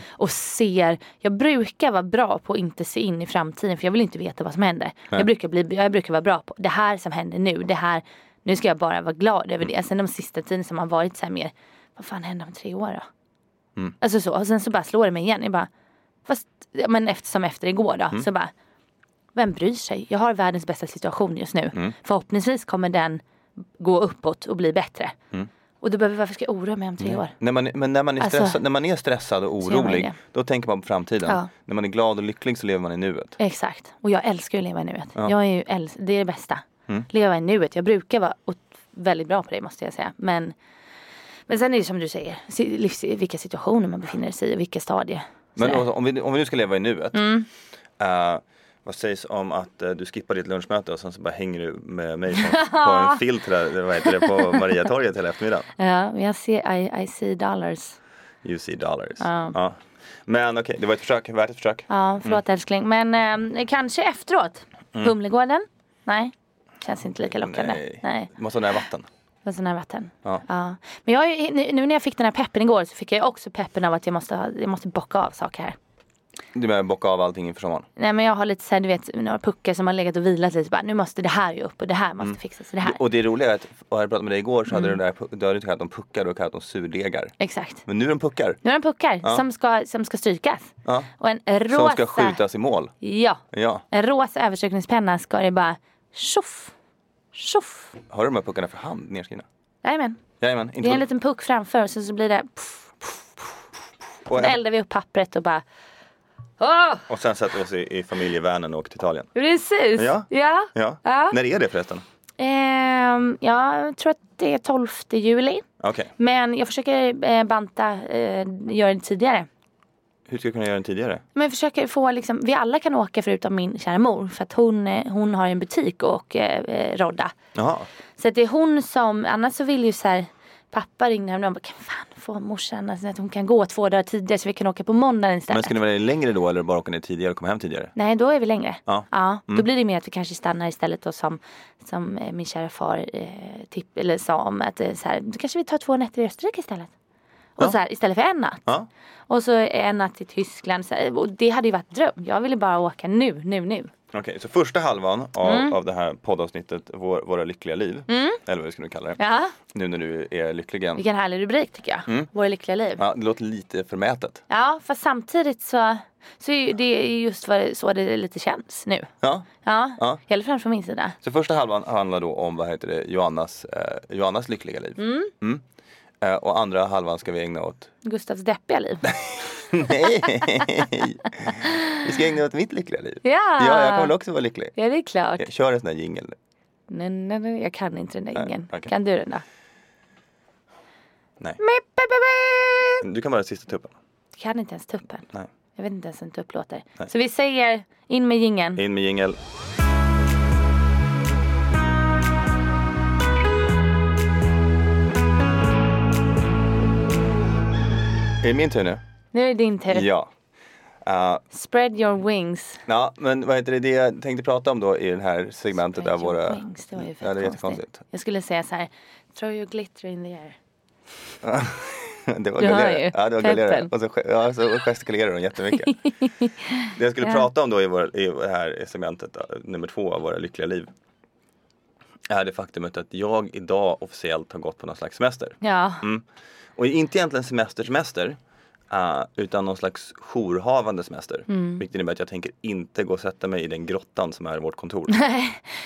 [SPEAKER 1] Och ser, jag brukar vara bra på att inte se in i framtiden för jag vill inte veta vad som händer. Jag brukar, bli, jag brukar vara bra på det här som händer nu, det här, nu ska jag bara vara glad över det. Sen de sista tiden som har varit så här mer, vad fan händer om tre år då? Alltså så, och sen så bara slår det mig igen. Jag bara, fast, ja, men efter, som efter igår då, så bara vem bryr sig? Jag har världens bästa situation just nu. Förhoppningsvis kommer den gå uppåt och bli bättre. Och då behöver, varför ska jag oroa mig om tre år?
[SPEAKER 2] När man, men när man, är
[SPEAKER 1] Alltså,
[SPEAKER 2] stressad, när man är stressad och
[SPEAKER 1] så gör man
[SPEAKER 2] orolig,
[SPEAKER 1] det.
[SPEAKER 2] då tänker man på framtiden.
[SPEAKER 1] Ja.
[SPEAKER 2] När man är glad och lycklig så lever man i nuet.
[SPEAKER 1] Exakt. Och jag älskar ju att leva i nuet. Jag är ju äls- det är det bästa. Leva i nuet. Jag brukar vara ot- väldigt bra på det måste jag säga. Men, men sen är det som du säger, si- livs, vilka situationer man befinner sig i och vilka stadier.
[SPEAKER 2] Men
[SPEAKER 1] Sådär.
[SPEAKER 2] alltså, om, vi, om vi nu ska leva i nuet.
[SPEAKER 1] Mm.
[SPEAKER 2] eh, vad sägs om att eh, du skippar ditt lunchmöte och sen så bara hänger du med mig på, på en filt där, vad heter det, på Mariatorget hela eftermiddagen?
[SPEAKER 1] Ja, men jag ser, I, I see dollars.
[SPEAKER 2] You see dollars. Ja. Men okej, det var ett försök, värt ett försök.
[SPEAKER 1] Ja, förlåt älskling. Men eh, kanske efteråt. Humlegården? Nej. Känns inte lika lockande. Nej.
[SPEAKER 2] Du måste ha nära vatten.
[SPEAKER 1] Med sån här vatten.
[SPEAKER 2] Ja.
[SPEAKER 1] Men jag, har ju- nu, nu när jag fick den här peppen igår så fick jag ju också peppen av att jag måste, ha- jag måste bocka av saker här.
[SPEAKER 2] Du behöver bocka av allting inför sommaren.
[SPEAKER 1] Nej men jag har lite såhär du vet några puckar som har legat och vilat lite bara nu måste det här ju upp och det här måste fixas och det här.
[SPEAKER 2] Mm. Och det roliga är att, och jag pratade med dig igår så hade
[SPEAKER 1] Mm.
[SPEAKER 2] du, där, pu- du hade inte kallat dem puckar, du hade kallat dem surdegar.
[SPEAKER 1] Exakt.
[SPEAKER 2] Men nu är de puckar.
[SPEAKER 1] Nu har den puckar som, ska, som ska strykas.
[SPEAKER 2] Ja.
[SPEAKER 1] Och en rosa.
[SPEAKER 2] Som ska skjutas i mål.
[SPEAKER 1] Ja.
[SPEAKER 2] Ja.
[SPEAKER 1] En rosa överstrykningspenna ska det bara tjoff. Tjoff.
[SPEAKER 2] Har du de här puckarna för hand nedskrivna?
[SPEAKER 1] Jajamän.
[SPEAKER 2] Jajamän. Inte
[SPEAKER 1] Det är en
[SPEAKER 2] på-
[SPEAKER 1] liten puck framför och sen så blir det pff,
[SPEAKER 2] och,
[SPEAKER 1] Då eldar vi upp pappret och bara Åh!
[SPEAKER 2] och sen sätter vi oss i, i familjevanen och åker till Italien.
[SPEAKER 1] Precis!
[SPEAKER 2] Ja.
[SPEAKER 1] Ja.
[SPEAKER 2] Ja.
[SPEAKER 1] Ja.
[SPEAKER 2] När är det förresten?
[SPEAKER 1] Ehm, jag tror att det är 12 juli.
[SPEAKER 2] Okej.
[SPEAKER 1] Men jag försöker eh, banta, eh, göra det tidigare.
[SPEAKER 2] Hur ska jag kunna göra den tidigare?
[SPEAKER 1] Men jag försöker få liksom, vi alla kan åka förutom min kära mor för att hon, eh, hon har en butik och eh, eh, rodda.
[SPEAKER 2] Jaha.
[SPEAKER 1] Så att det är hon som, annars så vill ju så här Pappa ringde hem och bara, kan fan få morsan alltså, att hon kan gå två dagar tidigare så vi kan åka på måndagen istället.
[SPEAKER 2] Men ska ni vara längre då eller bara åka ner tidigare och komma hem tidigare?
[SPEAKER 1] Nej, då är vi längre.
[SPEAKER 2] Ja. Mm.
[SPEAKER 1] Då blir det mer att vi kanske stannar istället och som, som eh, min kära far eh, tipp, eller sa om att eh, så här, då kanske vi tar två nätter i Österrike istället. Och så här, istället för en natt.
[SPEAKER 2] Ja.
[SPEAKER 1] Och så en natt i Tyskland. Så här, och det hade ju varit dröm. Jag ville bara åka nu, nu, nu.
[SPEAKER 2] Okej, så första halvan av,
[SPEAKER 1] Mm.
[SPEAKER 2] av det här poddavsnittet Vår, Våra lyckliga liv, eller vad vi skulle kalla det,
[SPEAKER 1] Ja.
[SPEAKER 2] nu när du är lycklig igen.
[SPEAKER 1] Vilken härlig rubrik tycker jag. Vår lyckliga liv. Ja,
[SPEAKER 2] Mm. Ja, det låter lite förmätet.
[SPEAKER 1] fast samtidigt så, så är ju, det är just vad det, så det lite känns nu.
[SPEAKER 2] Ja.
[SPEAKER 1] Ja,
[SPEAKER 2] Ja.
[SPEAKER 1] i alla fall från min sida.
[SPEAKER 2] Så första halvan handlar då om vad heter det, Joannas, eh, Joannas lyckliga liv. Mm. Eh, och andra halvan ska vi ägna åt
[SPEAKER 1] Gustavs deppiga liv.
[SPEAKER 2] Nej! Vi ska ägna åt mitt lyckliga liv.
[SPEAKER 1] Ja.
[SPEAKER 2] ja jag kommer väl också vara lycklig.
[SPEAKER 1] ja, det är klart.
[SPEAKER 2] Jag kör en sån här jingel.
[SPEAKER 1] Nej, nej, nej, jag kan inte den där ingen.
[SPEAKER 2] okej.
[SPEAKER 1] Kan du den då?
[SPEAKER 2] Nej.
[SPEAKER 1] Mip, bip, bip, bip.
[SPEAKER 2] Du kan vara den sista tuppen.
[SPEAKER 1] Jag Kan inte ens tuppen.
[SPEAKER 2] Nej.
[SPEAKER 1] Jag vet inte ens hur en tupp låter. Så vi säger in med gingen.
[SPEAKER 2] In med jingel. Är det min tur nu?
[SPEAKER 1] Nu är det din tur.
[SPEAKER 2] Ja. Eh,
[SPEAKER 1] Spread your wings.
[SPEAKER 2] ja, men vad heter det, det jag tänkte prata om då i det här segmentet
[SPEAKER 1] Spread
[SPEAKER 2] av
[SPEAKER 1] your
[SPEAKER 2] våra...
[SPEAKER 1] wings. Det var ju
[SPEAKER 2] ja, det är
[SPEAKER 1] fett
[SPEAKER 2] jättekonstigt.
[SPEAKER 1] Jag skulle säga så här. Throw your glitter in the air.
[SPEAKER 2] Det var
[SPEAKER 1] Du hör
[SPEAKER 2] gulligare.
[SPEAKER 1] ju.
[SPEAKER 2] Ja, det var gulligare.
[SPEAKER 1] Peppen.
[SPEAKER 2] Och så, ge- ja, så gestikulerar hon jättemycket. det jag skulle prata om då i, vår, i det här segmentet, eh, nummer två av våra lyckliga liv. Är det faktumet att jag idag officiellt har gått på någon slags semester.
[SPEAKER 1] Ja,
[SPEAKER 2] Och inte egentligen semester, semester. eh, utan någon slags jourhavande semester.
[SPEAKER 1] Mm.
[SPEAKER 2] Vilket innebär att jag tänker inte gå och sätta mig i den grottan som är vårt kontor.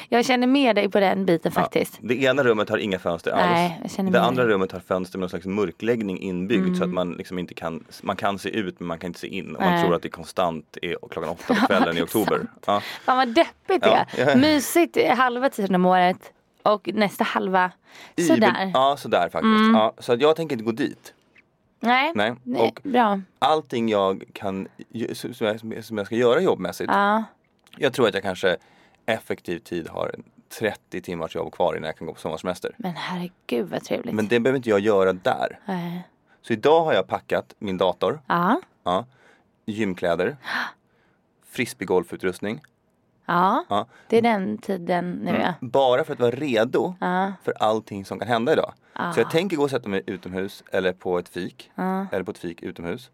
[SPEAKER 1] jag känner med dig på den biten faktiskt.
[SPEAKER 2] Det ena rummet har inga fönster alls.
[SPEAKER 1] Nej, jag känner
[SPEAKER 2] det
[SPEAKER 1] med
[SPEAKER 2] andra
[SPEAKER 1] dig.
[SPEAKER 2] rummet har fönster med någon slags mörkläggning inbyggd så att man liksom inte kan, man kan se ut men man kan inte se in. Och man
[SPEAKER 1] Nej.
[SPEAKER 2] tror att det konstant är klockan åtta på kvällen i oktober. Ja.
[SPEAKER 1] Fan vad deppigt det är.
[SPEAKER 2] Ja, ja.
[SPEAKER 1] Mysigt i halva tiden om året och nästa halva
[SPEAKER 2] I-
[SPEAKER 1] sådär. Mm.
[SPEAKER 2] Ja, sådär faktiskt. Ja, så att jag tänker inte gå dit.
[SPEAKER 1] Nej,
[SPEAKER 2] Nej,
[SPEAKER 1] Nej,
[SPEAKER 2] och-
[SPEAKER 1] bra.
[SPEAKER 2] Allting jag kan, ju- som som jag, som jag ska göra jobbmässigt.
[SPEAKER 1] Ja.
[SPEAKER 2] Jag tror att jag kanske effektiv tid har 30 timmars jobb kvar innan jag kan gå på sommarsemester.
[SPEAKER 1] Men herregud vad trevligt.
[SPEAKER 2] Men det behöver inte jag göra där.
[SPEAKER 1] Nej.
[SPEAKER 2] Så idag har jag packat min dator.
[SPEAKER 1] Ja.
[SPEAKER 2] Ja. Gymkläder. Frisbeegolfutrustning.
[SPEAKER 1] Ja.
[SPEAKER 2] Ja. Mm.
[SPEAKER 1] Det är den tiden nu ja.
[SPEAKER 2] Bara för att vara redo för allting som kan hända idag. Så jag tänker gå och sätta mig utomhus eller på ett fik. Eller på ett fik utomhus.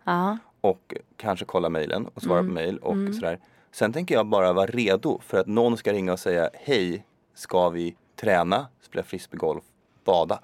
[SPEAKER 2] Och kanske kolla mejlen och svara
[SPEAKER 1] Mm.
[SPEAKER 2] på mejl och sådär. Sen tänker jag bara vara redo för att någon ska ringa och säga Hej, ska vi träna, spela frisbeegolf, bada?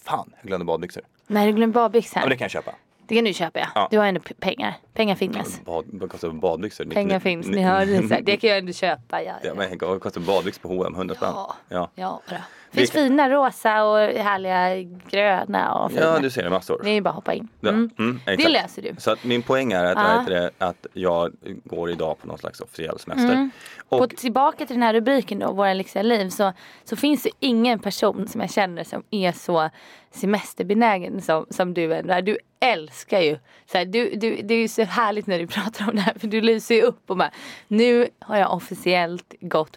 [SPEAKER 2] Fan, jag glömde badbyxor.
[SPEAKER 1] Nej du glömde badbyxan.
[SPEAKER 2] Ja, men det
[SPEAKER 1] det,
[SPEAKER 2] kan jag köpa.
[SPEAKER 1] kan du köpa ja.
[SPEAKER 2] Ja.
[SPEAKER 1] Du har ändå p- pengar. Pengar finns.
[SPEAKER 2] Bad, vad kostar badbyxor?
[SPEAKER 1] Pengar finns. Ni hör det säkert. Det kan jag ändå köpa. Ja,
[SPEAKER 2] Ja, men vad kostar badbyxor på H&M 100 spänn?
[SPEAKER 1] ja.
[SPEAKER 2] Ja.
[SPEAKER 1] ja då. Det finns
[SPEAKER 2] Vi-
[SPEAKER 1] fina rosa och härliga gröna och fina.
[SPEAKER 2] ja, du ser det massor.
[SPEAKER 1] Det är ju bara att hoppa in.
[SPEAKER 2] Ja,
[SPEAKER 1] Mm.
[SPEAKER 2] mm,
[SPEAKER 1] det
[SPEAKER 2] exakt.
[SPEAKER 1] löser du.
[SPEAKER 2] Så att min poäng är att, vad heter det, att jag går idag på någon slags officiell semester.
[SPEAKER 1] Mm. På
[SPEAKER 2] Och
[SPEAKER 1] tillbaka till den här rubriken då, Våra lyckliga liv, så, så finns det ingen person som jag känner som är så semesterbenägen som, som du ändå är. Du älskar ju, så här, du, du, det är ju så härligt när du pratar om det här för du lyser ju upp och bara nu har jag officiellt gått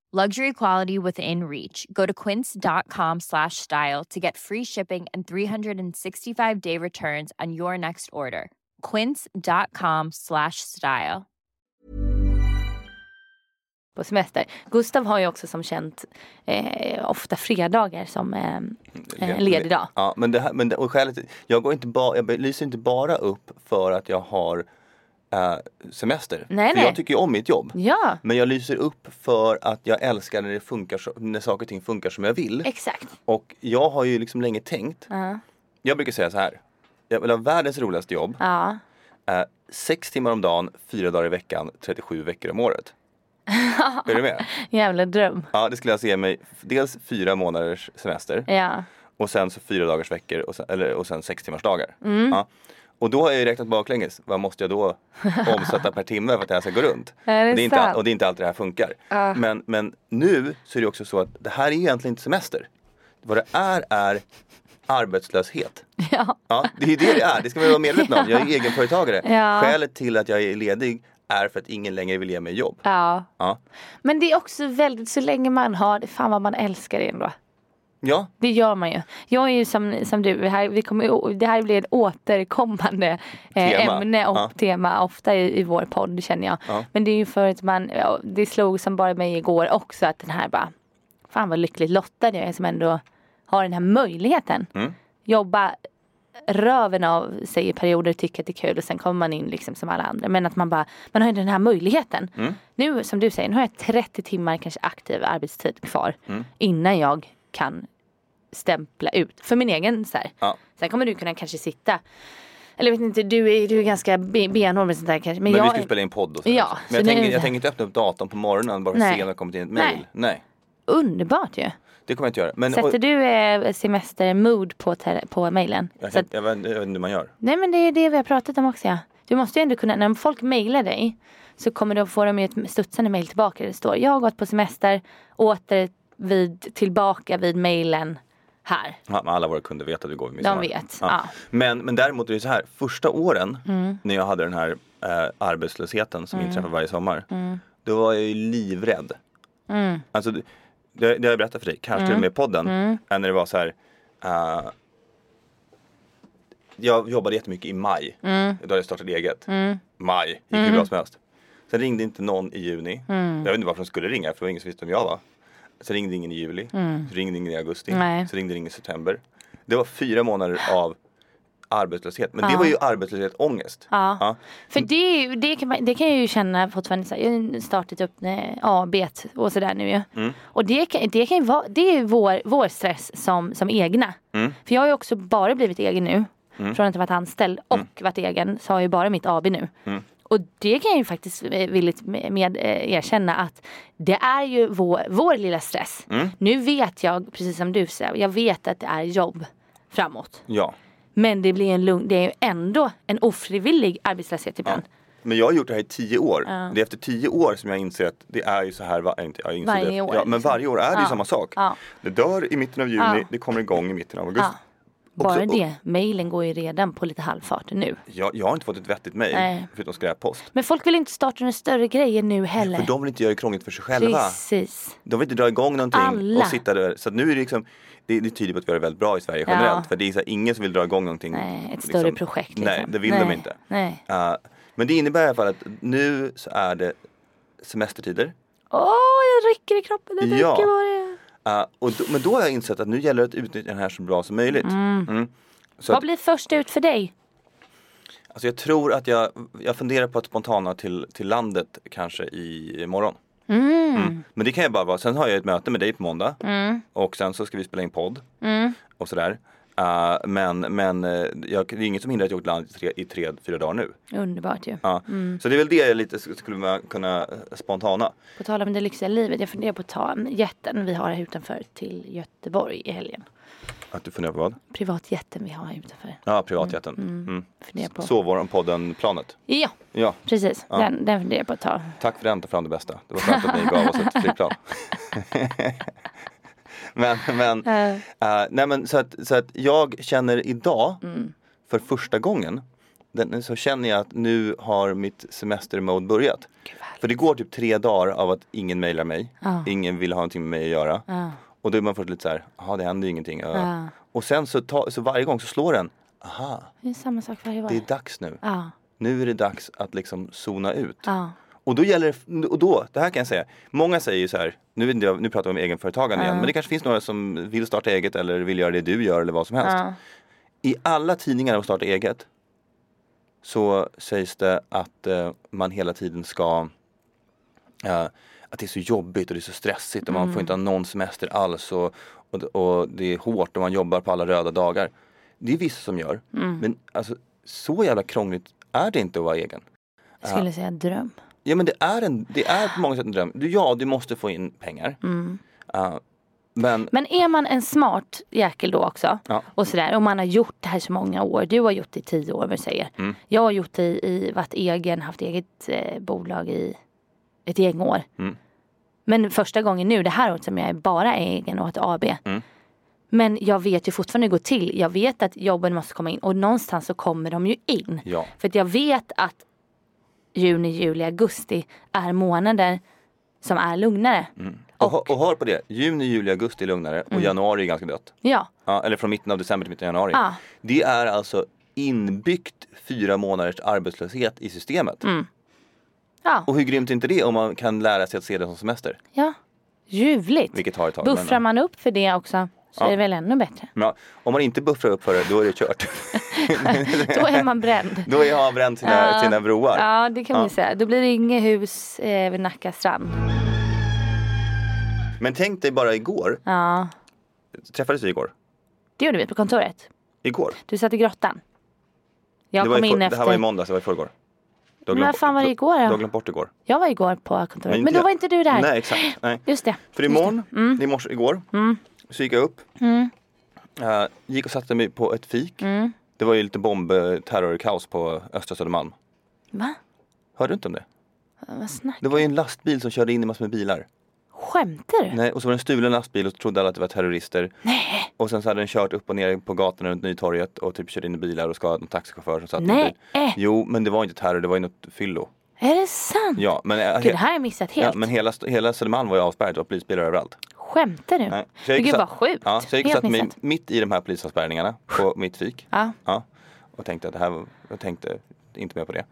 [SPEAKER 3] Luxury quality within reach. Go to quince.com slash style to get free shipping and 365 day returns on your next order. Quince.com slash style.
[SPEAKER 1] på semester. Gustav har ju också som känt eh, ofta fredagar som eh, eh, ledig dag.
[SPEAKER 2] Ja, men det här, men det, och skälet, jag, går inte ba, jag lyser inte bara upp för att jag har eh, semester.
[SPEAKER 1] Nej,
[SPEAKER 2] för
[SPEAKER 1] nej.
[SPEAKER 2] jag tycker ju om mitt jobb.
[SPEAKER 1] Ja,
[SPEAKER 2] Men jag lyser upp för att jag älskar när, det funkar så, när saker och ting funkar som jag vill.
[SPEAKER 1] exakt.
[SPEAKER 2] Och jag har ju liksom länge tänkt. Jag brukar säga så här. Jag vill ha världens roligaste jobb.
[SPEAKER 1] Ja.
[SPEAKER 2] Eh, sex timmar om dagen, fyra dagar i veckan, 37 veckor om året. är du med?
[SPEAKER 1] Jävla dröm.
[SPEAKER 2] Ja, det skulle alltså ge mig f- dels fyra månaders semester
[SPEAKER 1] Ja.
[SPEAKER 2] och sen så fyra dagars veckor och sen, eller, och sen sex timmars dagar.
[SPEAKER 1] Mm.
[SPEAKER 2] Ja. Och då har jag ju räknat baklänges. Vad måste jag då omsätta per timme för att det här ska gå runt?
[SPEAKER 1] är
[SPEAKER 2] och, det är inte, all-
[SPEAKER 1] sant.
[SPEAKER 2] och det är inte alltid det här funkar. Men, men nu så är det också så att det här är ju egentligen inte semester. Vad det är är arbetslöshet.
[SPEAKER 1] Ja.
[SPEAKER 2] Ja, det är ju det det är. Det ska man ju vara medveten om. Jag är ju egenföretagare.
[SPEAKER 1] Ja.
[SPEAKER 2] Skälet till att jag är ledig är för att ingen längre vill ge mig jobb.
[SPEAKER 1] ja.
[SPEAKER 2] Ja,
[SPEAKER 1] Men det är också väldigt, så länge man har det, fan vad man älskar det ändå.
[SPEAKER 2] ja.
[SPEAKER 1] Det gör man ju. Jag är ju som, som du, här, vi kommer, det här blir ett återkommande eh,
[SPEAKER 2] Tema.
[SPEAKER 1] ämne och
[SPEAKER 2] Ja.
[SPEAKER 1] tema ofta i, i vår podd känner jag. Men det är ju för att man, ja, det slog som bara mig igår också att den här bara, fan vad lyckligt lottad jag är som ändå har den här möjligheten.
[SPEAKER 2] Mm.
[SPEAKER 1] Jobba röven av sig i perioder, tycka att det är kul och sen kommer man in liksom som alla andra. Men att man bara, man har ju den här möjligheten.
[SPEAKER 2] Mm.
[SPEAKER 1] Nu som du säger, nu har jag 30 timmar kanske aktiv arbetstid kvar
[SPEAKER 2] Mm.
[SPEAKER 1] innan jag kan stämpla ut. För min egen så här.
[SPEAKER 2] Ja.
[SPEAKER 1] Sen kommer du kunna kanske sitta, eller jag vet inte, du är, du är ganska be- benhård med sånt där kanske. Men,
[SPEAKER 2] Men vi
[SPEAKER 1] jag,
[SPEAKER 2] ska ju spela in podd och så. liksom.
[SPEAKER 1] Ja, så
[SPEAKER 2] men jag
[SPEAKER 1] nu-
[SPEAKER 2] tänker, jag tänker inte öppna upp datorn på morgonen bara för att
[SPEAKER 1] Nej.
[SPEAKER 2] se om det har kommit in ett
[SPEAKER 1] Nej.
[SPEAKER 2] mejl. Nej. Nej,
[SPEAKER 1] underbart ju.
[SPEAKER 2] det kommer jag inte göra. Men, och,
[SPEAKER 1] Sätter du eh, semestermood på, ter- på mejlen?
[SPEAKER 2] jag,
[SPEAKER 1] Så
[SPEAKER 2] kan,
[SPEAKER 1] att-
[SPEAKER 2] jag, vet, jag vet inte hur man gör.
[SPEAKER 1] Nej men det är det vi har pratat om också ja. Du måste ju ändå kunna, när folk mejlar dig så kommer de få dem ju ett studsande mejl tillbaka där det står jag har gått på semester, åter vid, tillbaka vid mejlen här.
[SPEAKER 2] Ja, men alla våra kunder vet att du går vid midsommar.
[SPEAKER 1] vet, ja.
[SPEAKER 2] Ja.
[SPEAKER 1] Mm.
[SPEAKER 2] Men, men däremot är det så här, första åren när jag hade den här eh, arbetslösheten som inträffar varje sommar.
[SPEAKER 1] Mm.
[SPEAKER 2] Då var jag ju livrädd. Alltså, det, det det har jag berättat för dig, kanske
[SPEAKER 1] Mm.
[SPEAKER 2] till och med i podden. eh, När det var så här, eh, jag jobbade jättemycket i maj.
[SPEAKER 1] Mm.
[SPEAKER 2] Då hade jag startat eget. Maj, gick hur bra som helst. Sen ringde inte någon i juni.
[SPEAKER 1] Mm.
[SPEAKER 2] Jag vet inte varför de skulle ringa för det var ingen som visste vem jag var. Sen ringde ingen i juli. Så ringde ingen i augusti.
[SPEAKER 1] Mm. Nej.
[SPEAKER 2] Så ringde ingen i september. Det var fyra månader av arbetslöshet. Men det var ju arbetslöshet ångest.
[SPEAKER 1] Ja.
[SPEAKER 2] Ja.
[SPEAKER 1] För det, är ju- det, kan, man- det kan jag ju känna fortfarande, så här, jag har ju startat upp eh, AB och sådär nu ju. Och det kan, det kan ju vara, det är ju vår, vår stress som, som egna. För jag har ju också bara blivit egen nu. Från att ha varit anställd och varit egen så har jag ju bara mitt AB nu. Och det kan jag ju faktiskt eh, villigt med, med, eh, erkänna att det är ju vår, vår lilla stress. Nu vet jag, precis som du säger, jag vet att det är jobb framåt.
[SPEAKER 2] ja.
[SPEAKER 1] Men det, blir en lugn, det är ju ändå en ofrivillig arbetslöshet ibland.
[SPEAKER 2] Men jag har gjort det här i tio år. Det är efter tio år som jag inser att det är ju så här. Va, inte, jag inser
[SPEAKER 1] Varje
[SPEAKER 2] det,
[SPEAKER 1] år,
[SPEAKER 2] Ja, men
[SPEAKER 1] liksom.
[SPEAKER 2] varje år är det ju
[SPEAKER 1] Ja.
[SPEAKER 2] samma sak.
[SPEAKER 1] Ja.
[SPEAKER 2] Det dör i mitten av juni,
[SPEAKER 1] Ja.
[SPEAKER 2] det kommer igång i mitten av augusti.
[SPEAKER 1] Ja. Bara
[SPEAKER 2] Också-
[SPEAKER 1] det, mejlen går ju redan på lite halvfart nu.
[SPEAKER 2] Jag, jag har inte fått ett vettigt
[SPEAKER 1] Nej.
[SPEAKER 2] mejl förutom skräppost.
[SPEAKER 1] Men folk vill inte starta några större grejer nu heller.
[SPEAKER 2] För de vill inte göra det krångligt för sig själva.
[SPEAKER 1] Precis.
[SPEAKER 2] De vill inte dra igång någonting
[SPEAKER 1] Alla.
[SPEAKER 2] och sitta där. Så att nu är det liksom, det, det tyder på att vi har det väldigt bra i Sverige
[SPEAKER 1] Ja.
[SPEAKER 2] generellt. För det är så här, ingen som vill dra igång någonting.
[SPEAKER 1] Nej, ett större projekt, liksom.
[SPEAKER 2] Nej, det vill
[SPEAKER 1] Nej.
[SPEAKER 2] de inte.
[SPEAKER 1] Nej.
[SPEAKER 2] Eh, Men det innebär i alla fall att nu så är det semestertider. Uh,
[SPEAKER 1] Åh, jag rycker i kroppen. Jag
[SPEAKER 2] Ja.
[SPEAKER 1] tänker på det.
[SPEAKER 2] Eh, och då, men då har jag insett att nu gäller det att utnyttja den här så bra som möjligt. Mm. Så
[SPEAKER 1] Vad
[SPEAKER 2] att,
[SPEAKER 1] blir först ut för dig?
[SPEAKER 2] alltså jag tror att jag, jag funderar på att spontana till, till landet kanske i morgon. Mm. Men det kan jag bara vara, sen har jag ett möte med dig på måndag och sen så ska vi spela in podd och sådär. Eh, men men eh, jag, det är inget som hindrar att jag åker land i tre, i tre, fyra dagar nu.
[SPEAKER 1] Underbart ju.
[SPEAKER 2] Ja. Så det är väl det jag lite sk- skulle vilja kunna eh, spontana.
[SPEAKER 1] På tal om det lyxiga livet, jag funderar på att ta en jätten vi har här utanför till Göteborg i helgen.
[SPEAKER 2] Att du funderar på vad?
[SPEAKER 1] Privatjätten vi har här utanför.
[SPEAKER 2] Ja, privatjeten. Mm.
[SPEAKER 1] Funderar på.
[SPEAKER 2] Så var podden planet.
[SPEAKER 1] Ja,
[SPEAKER 2] Ja,
[SPEAKER 1] precis. Den, den funderar jag på att ta.
[SPEAKER 2] tack för den, ta fram det bästa. Det var skönt att ni gav oss ett flygplan. men, men, eh, nej men så att, så att jag känner idag för första gången den, så känner jag att nu har mitt semestermode börjat. För det går typ tre dagar av att ingen mejlar mig, ingen vill ha någonting med mig att göra. Och då är man först lite så här, jaha det händer ju ingenting. Ja. Och sen så, ta, så varje gång så slår den, aha
[SPEAKER 1] Det är samma sak varje år.
[SPEAKER 2] det är dags nu.
[SPEAKER 1] Ja,
[SPEAKER 2] Nu är det dags att liksom zona ut.
[SPEAKER 1] ja.
[SPEAKER 2] Och då gäller det- och då, det här kan jag säga, många säger ju så här, nu, vet inte jag- nu pratar vi om egenföretagande igen, men det kanske finns några som vill starta eget eller vill göra det du gör eller vad som helst. I alla tidningar om starta eget så sägs det att eh, man hela tiden ska, eh, att det är så jobbigt och det är så stressigt och man får inte ha någon semester alls och, och, och det är hårt och man jobbar på alla röda dagar. Det är vissa som gör, men alltså, så jävla krångligt är det inte att vara egen.
[SPEAKER 1] Jag skulle säga dröm.
[SPEAKER 2] Ja men det är, en, det är på många sätt en dröm. Du, ja, du måste få in pengar. Ja, Mm. men,
[SPEAKER 1] Men är man en smart jäkel då också
[SPEAKER 2] Ja.
[SPEAKER 1] och sådär och man har gjort det här så många år. Du har gjort det i tio år vad du säger.
[SPEAKER 2] Mm.
[SPEAKER 1] Jag har gjort det i, i varit egen, haft eget eh, bolag i ett gäng år.
[SPEAKER 2] Mm.
[SPEAKER 1] Men första gången nu det här året som jag är bara egen och har ett AB.
[SPEAKER 2] Mm.
[SPEAKER 1] Men jag vet ju fortfarande hur det går till. Jag vet att jobben måste komma in och någonstans så kommer de ju in.
[SPEAKER 2] Ja.
[SPEAKER 1] För att jag vet att juni, juli, augusti är månader som är lugnare.
[SPEAKER 2] och, hö- och Mm. hör på det, juni, juli, augusti är lugnare och januari är ganska dött.
[SPEAKER 1] Ja.
[SPEAKER 2] Ja, eller från mitten av december till mitten av januari.
[SPEAKER 1] Ja.
[SPEAKER 2] Det är alltså inbyggt fyra månaders arbetslöshet i systemet.
[SPEAKER 1] Mm. Ja.
[SPEAKER 2] Och hur grymt är inte det om man kan lära sig att se det som semester?
[SPEAKER 1] Ja, ljuvligt.
[SPEAKER 2] Vilket tar ett tag.
[SPEAKER 1] Buffrar
[SPEAKER 2] men-
[SPEAKER 1] man upp för det också så är det väl ännu bättre.
[SPEAKER 2] Men, ja, om man inte buffrar upp för det, då är det kört.
[SPEAKER 1] Då är man bränd.
[SPEAKER 2] då har man bränt sina, sina broar.
[SPEAKER 1] Ja, det kan vi säga. Då blir det inget hus eh, vid Nacka strand.
[SPEAKER 2] Men tänk dig bara igår,
[SPEAKER 1] Ja,
[SPEAKER 2] träffades vi igår?
[SPEAKER 1] det gjorde vi på kontoret.
[SPEAKER 2] Igår?
[SPEAKER 1] Du satt i grottan. Jag
[SPEAKER 2] det, var
[SPEAKER 1] kom
[SPEAKER 2] i för,
[SPEAKER 1] in
[SPEAKER 2] det här var i
[SPEAKER 1] efter.
[SPEAKER 2] måndags, det var i förrgår. Du har
[SPEAKER 1] Men
[SPEAKER 2] glömt
[SPEAKER 1] vad fan var det
[SPEAKER 2] bort-
[SPEAKER 1] igår
[SPEAKER 2] Du
[SPEAKER 1] då?
[SPEAKER 2] har glömt bort igår.
[SPEAKER 1] Jag var igår på kontoret. Men, då
[SPEAKER 2] jag-
[SPEAKER 1] var inte du där.
[SPEAKER 2] Nej exakt. Nej.
[SPEAKER 1] Just det. Mm.
[SPEAKER 2] För imorgon, i morse igår, så gick jag upp. eh, gick och satte mig på ett fik.
[SPEAKER 1] Mm.
[SPEAKER 2] Det var ju lite bomb eh, terrorkaos på östra Södermalm.
[SPEAKER 1] Va?
[SPEAKER 2] Hörde du inte om det?
[SPEAKER 1] Vad snack?
[SPEAKER 2] Det var ju en lastbil som körde in i massor med bilar.
[SPEAKER 1] Skämtar du?
[SPEAKER 2] Nej, och så var det en stulen lastbil och så trodde alla att det var terrorister. Nej. Och sen så hade den kört upp och ner på gatorna runt Nytorget och typ körde in i bilar och skadade en taxichaufför som satt i en
[SPEAKER 1] Nej. Äh.
[SPEAKER 2] bil. Jo, men det var inte terror, det var ju något fyllo.
[SPEAKER 1] Är det sant?
[SPEAKER 2] Ja, men, eh,
[SPEAKER 1] Gud, det här har jag missat helt.
[SPEAKER 2] Ja, men hela, hela Södermalm var ju avspärrat, det var polisbilar överallt.
[SPEAKER 1] Skämtar du?
[SPEAKER 2] Nej. Så
[SPEAKER 1] Men
[SPEAKER 2] jag gick
[SPEAKER 1] Gud,
[SPEAKER 2] och
[SPEAKER 1] vad
[SPEAKER 2] satt-
[SPEAKER 1] sjukt.
[SPEAKER 2] Ja, så jag gick och
[SPEAKER 1] helt
[SPEAKER 2] satte mig
[SPEAKER 1] missat.
[SPEAKER 2] mitt i de här polisavspärrningarna på mitt fik.
[SPEAKER 1] Ja.
[SPEAKER 2] Ja. Och tänkte att det här, var- jag tänkte inte mer på det.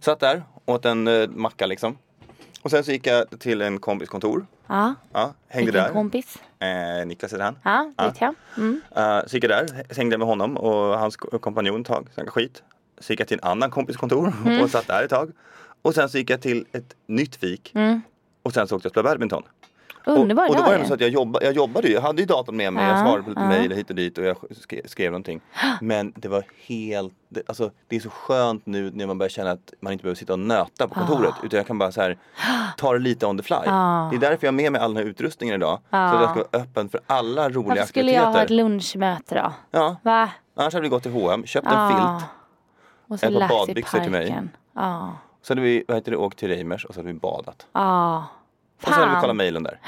[SPEAKER 2] Satt där, åt en eh, macka liksom. Och sen så gick jag till en kompis kontor.
[SPEAKER 1] Ja.
[SPEAKER 2] Ja, hängde
[SPEAKER 1] Vilken
[SPEAKER 2] där.
[SPEAKER 1] kompis.
[SPEAKER 2] Eh, Niklas heter han.
[SPEAKER 1] Ja, det vet jag. Mm.
[SPEAKER 2] Eh, så gick jag där, hängde med honom och hans ko- kompanjon ett tag, snackade skit. Så gick jag till en annan kompis kontor
[SPEAKER 1] Mm.
[SPEAKER 2] och satt där ett tag. Och sen så gick jag till ett nytt fik. Och sen så åkte jag och spelade badminton.
[SPEAKER 1] Mm. Underbar
[SPEAKER 2] och, och då
[SPEAKER 1] dag
[SPEAKER 2] var det
[SPEAKER 1] ju.
[SPEAKER 2] ändå så att jag, jobba, jag jobbade ju, jag hade ju datorn med mig, jag
[SPEAKER 1] Ja,
[SPEAKER 2] svarade på lite mejl hit och dit och jag skrev, skrev någonting. Men det var helt, det, alltså det är så skönt nu när man börjar känna att man inte behöver sitta och nöta på kontoret
[SPEAKER 1] Ah.
[SPEAKER 2] utan jag kan bara så här ta det lite on the fly. Det är därför jag har med mig all den här utrustningen idag. Så att
[SPEAKER 1] Ah.
[SPEAKER 2] jag ska vara öppen för alla
[SPEAKER 1] Varför
[SPEAKER 2] roliga
[SPEAKER 1] skulle
[SPEAKER 2] aktiviteter.
[SPEAKER 1] jag ha ett lunchmöte då?
[SPEAKER 2] ja,
[SPEAKER 1] Va?
[SPEAKER 2] annars hade vi gått till H&M, köpt en
[SPEAKER 1] Ja.
[SPEAKER 2] filt,
[SPEAKER 1] Och så
[SPEAKER 2] Ett par
[SPEAKER 1] lax i
[SPEAKER 2] badbyxor till mig.
[SPEAKER 1] parken. Ja.
[SPEAKER 2] så hade vi vad heter det, åkt till Reimers och så hade vi badat.
[SPEAKER 1] Ja.
[SPEAKER 2] Och så hade vi
[SPEAKER 1] Ah, Fan.
[SPEAKER 2] kollat mejlen där.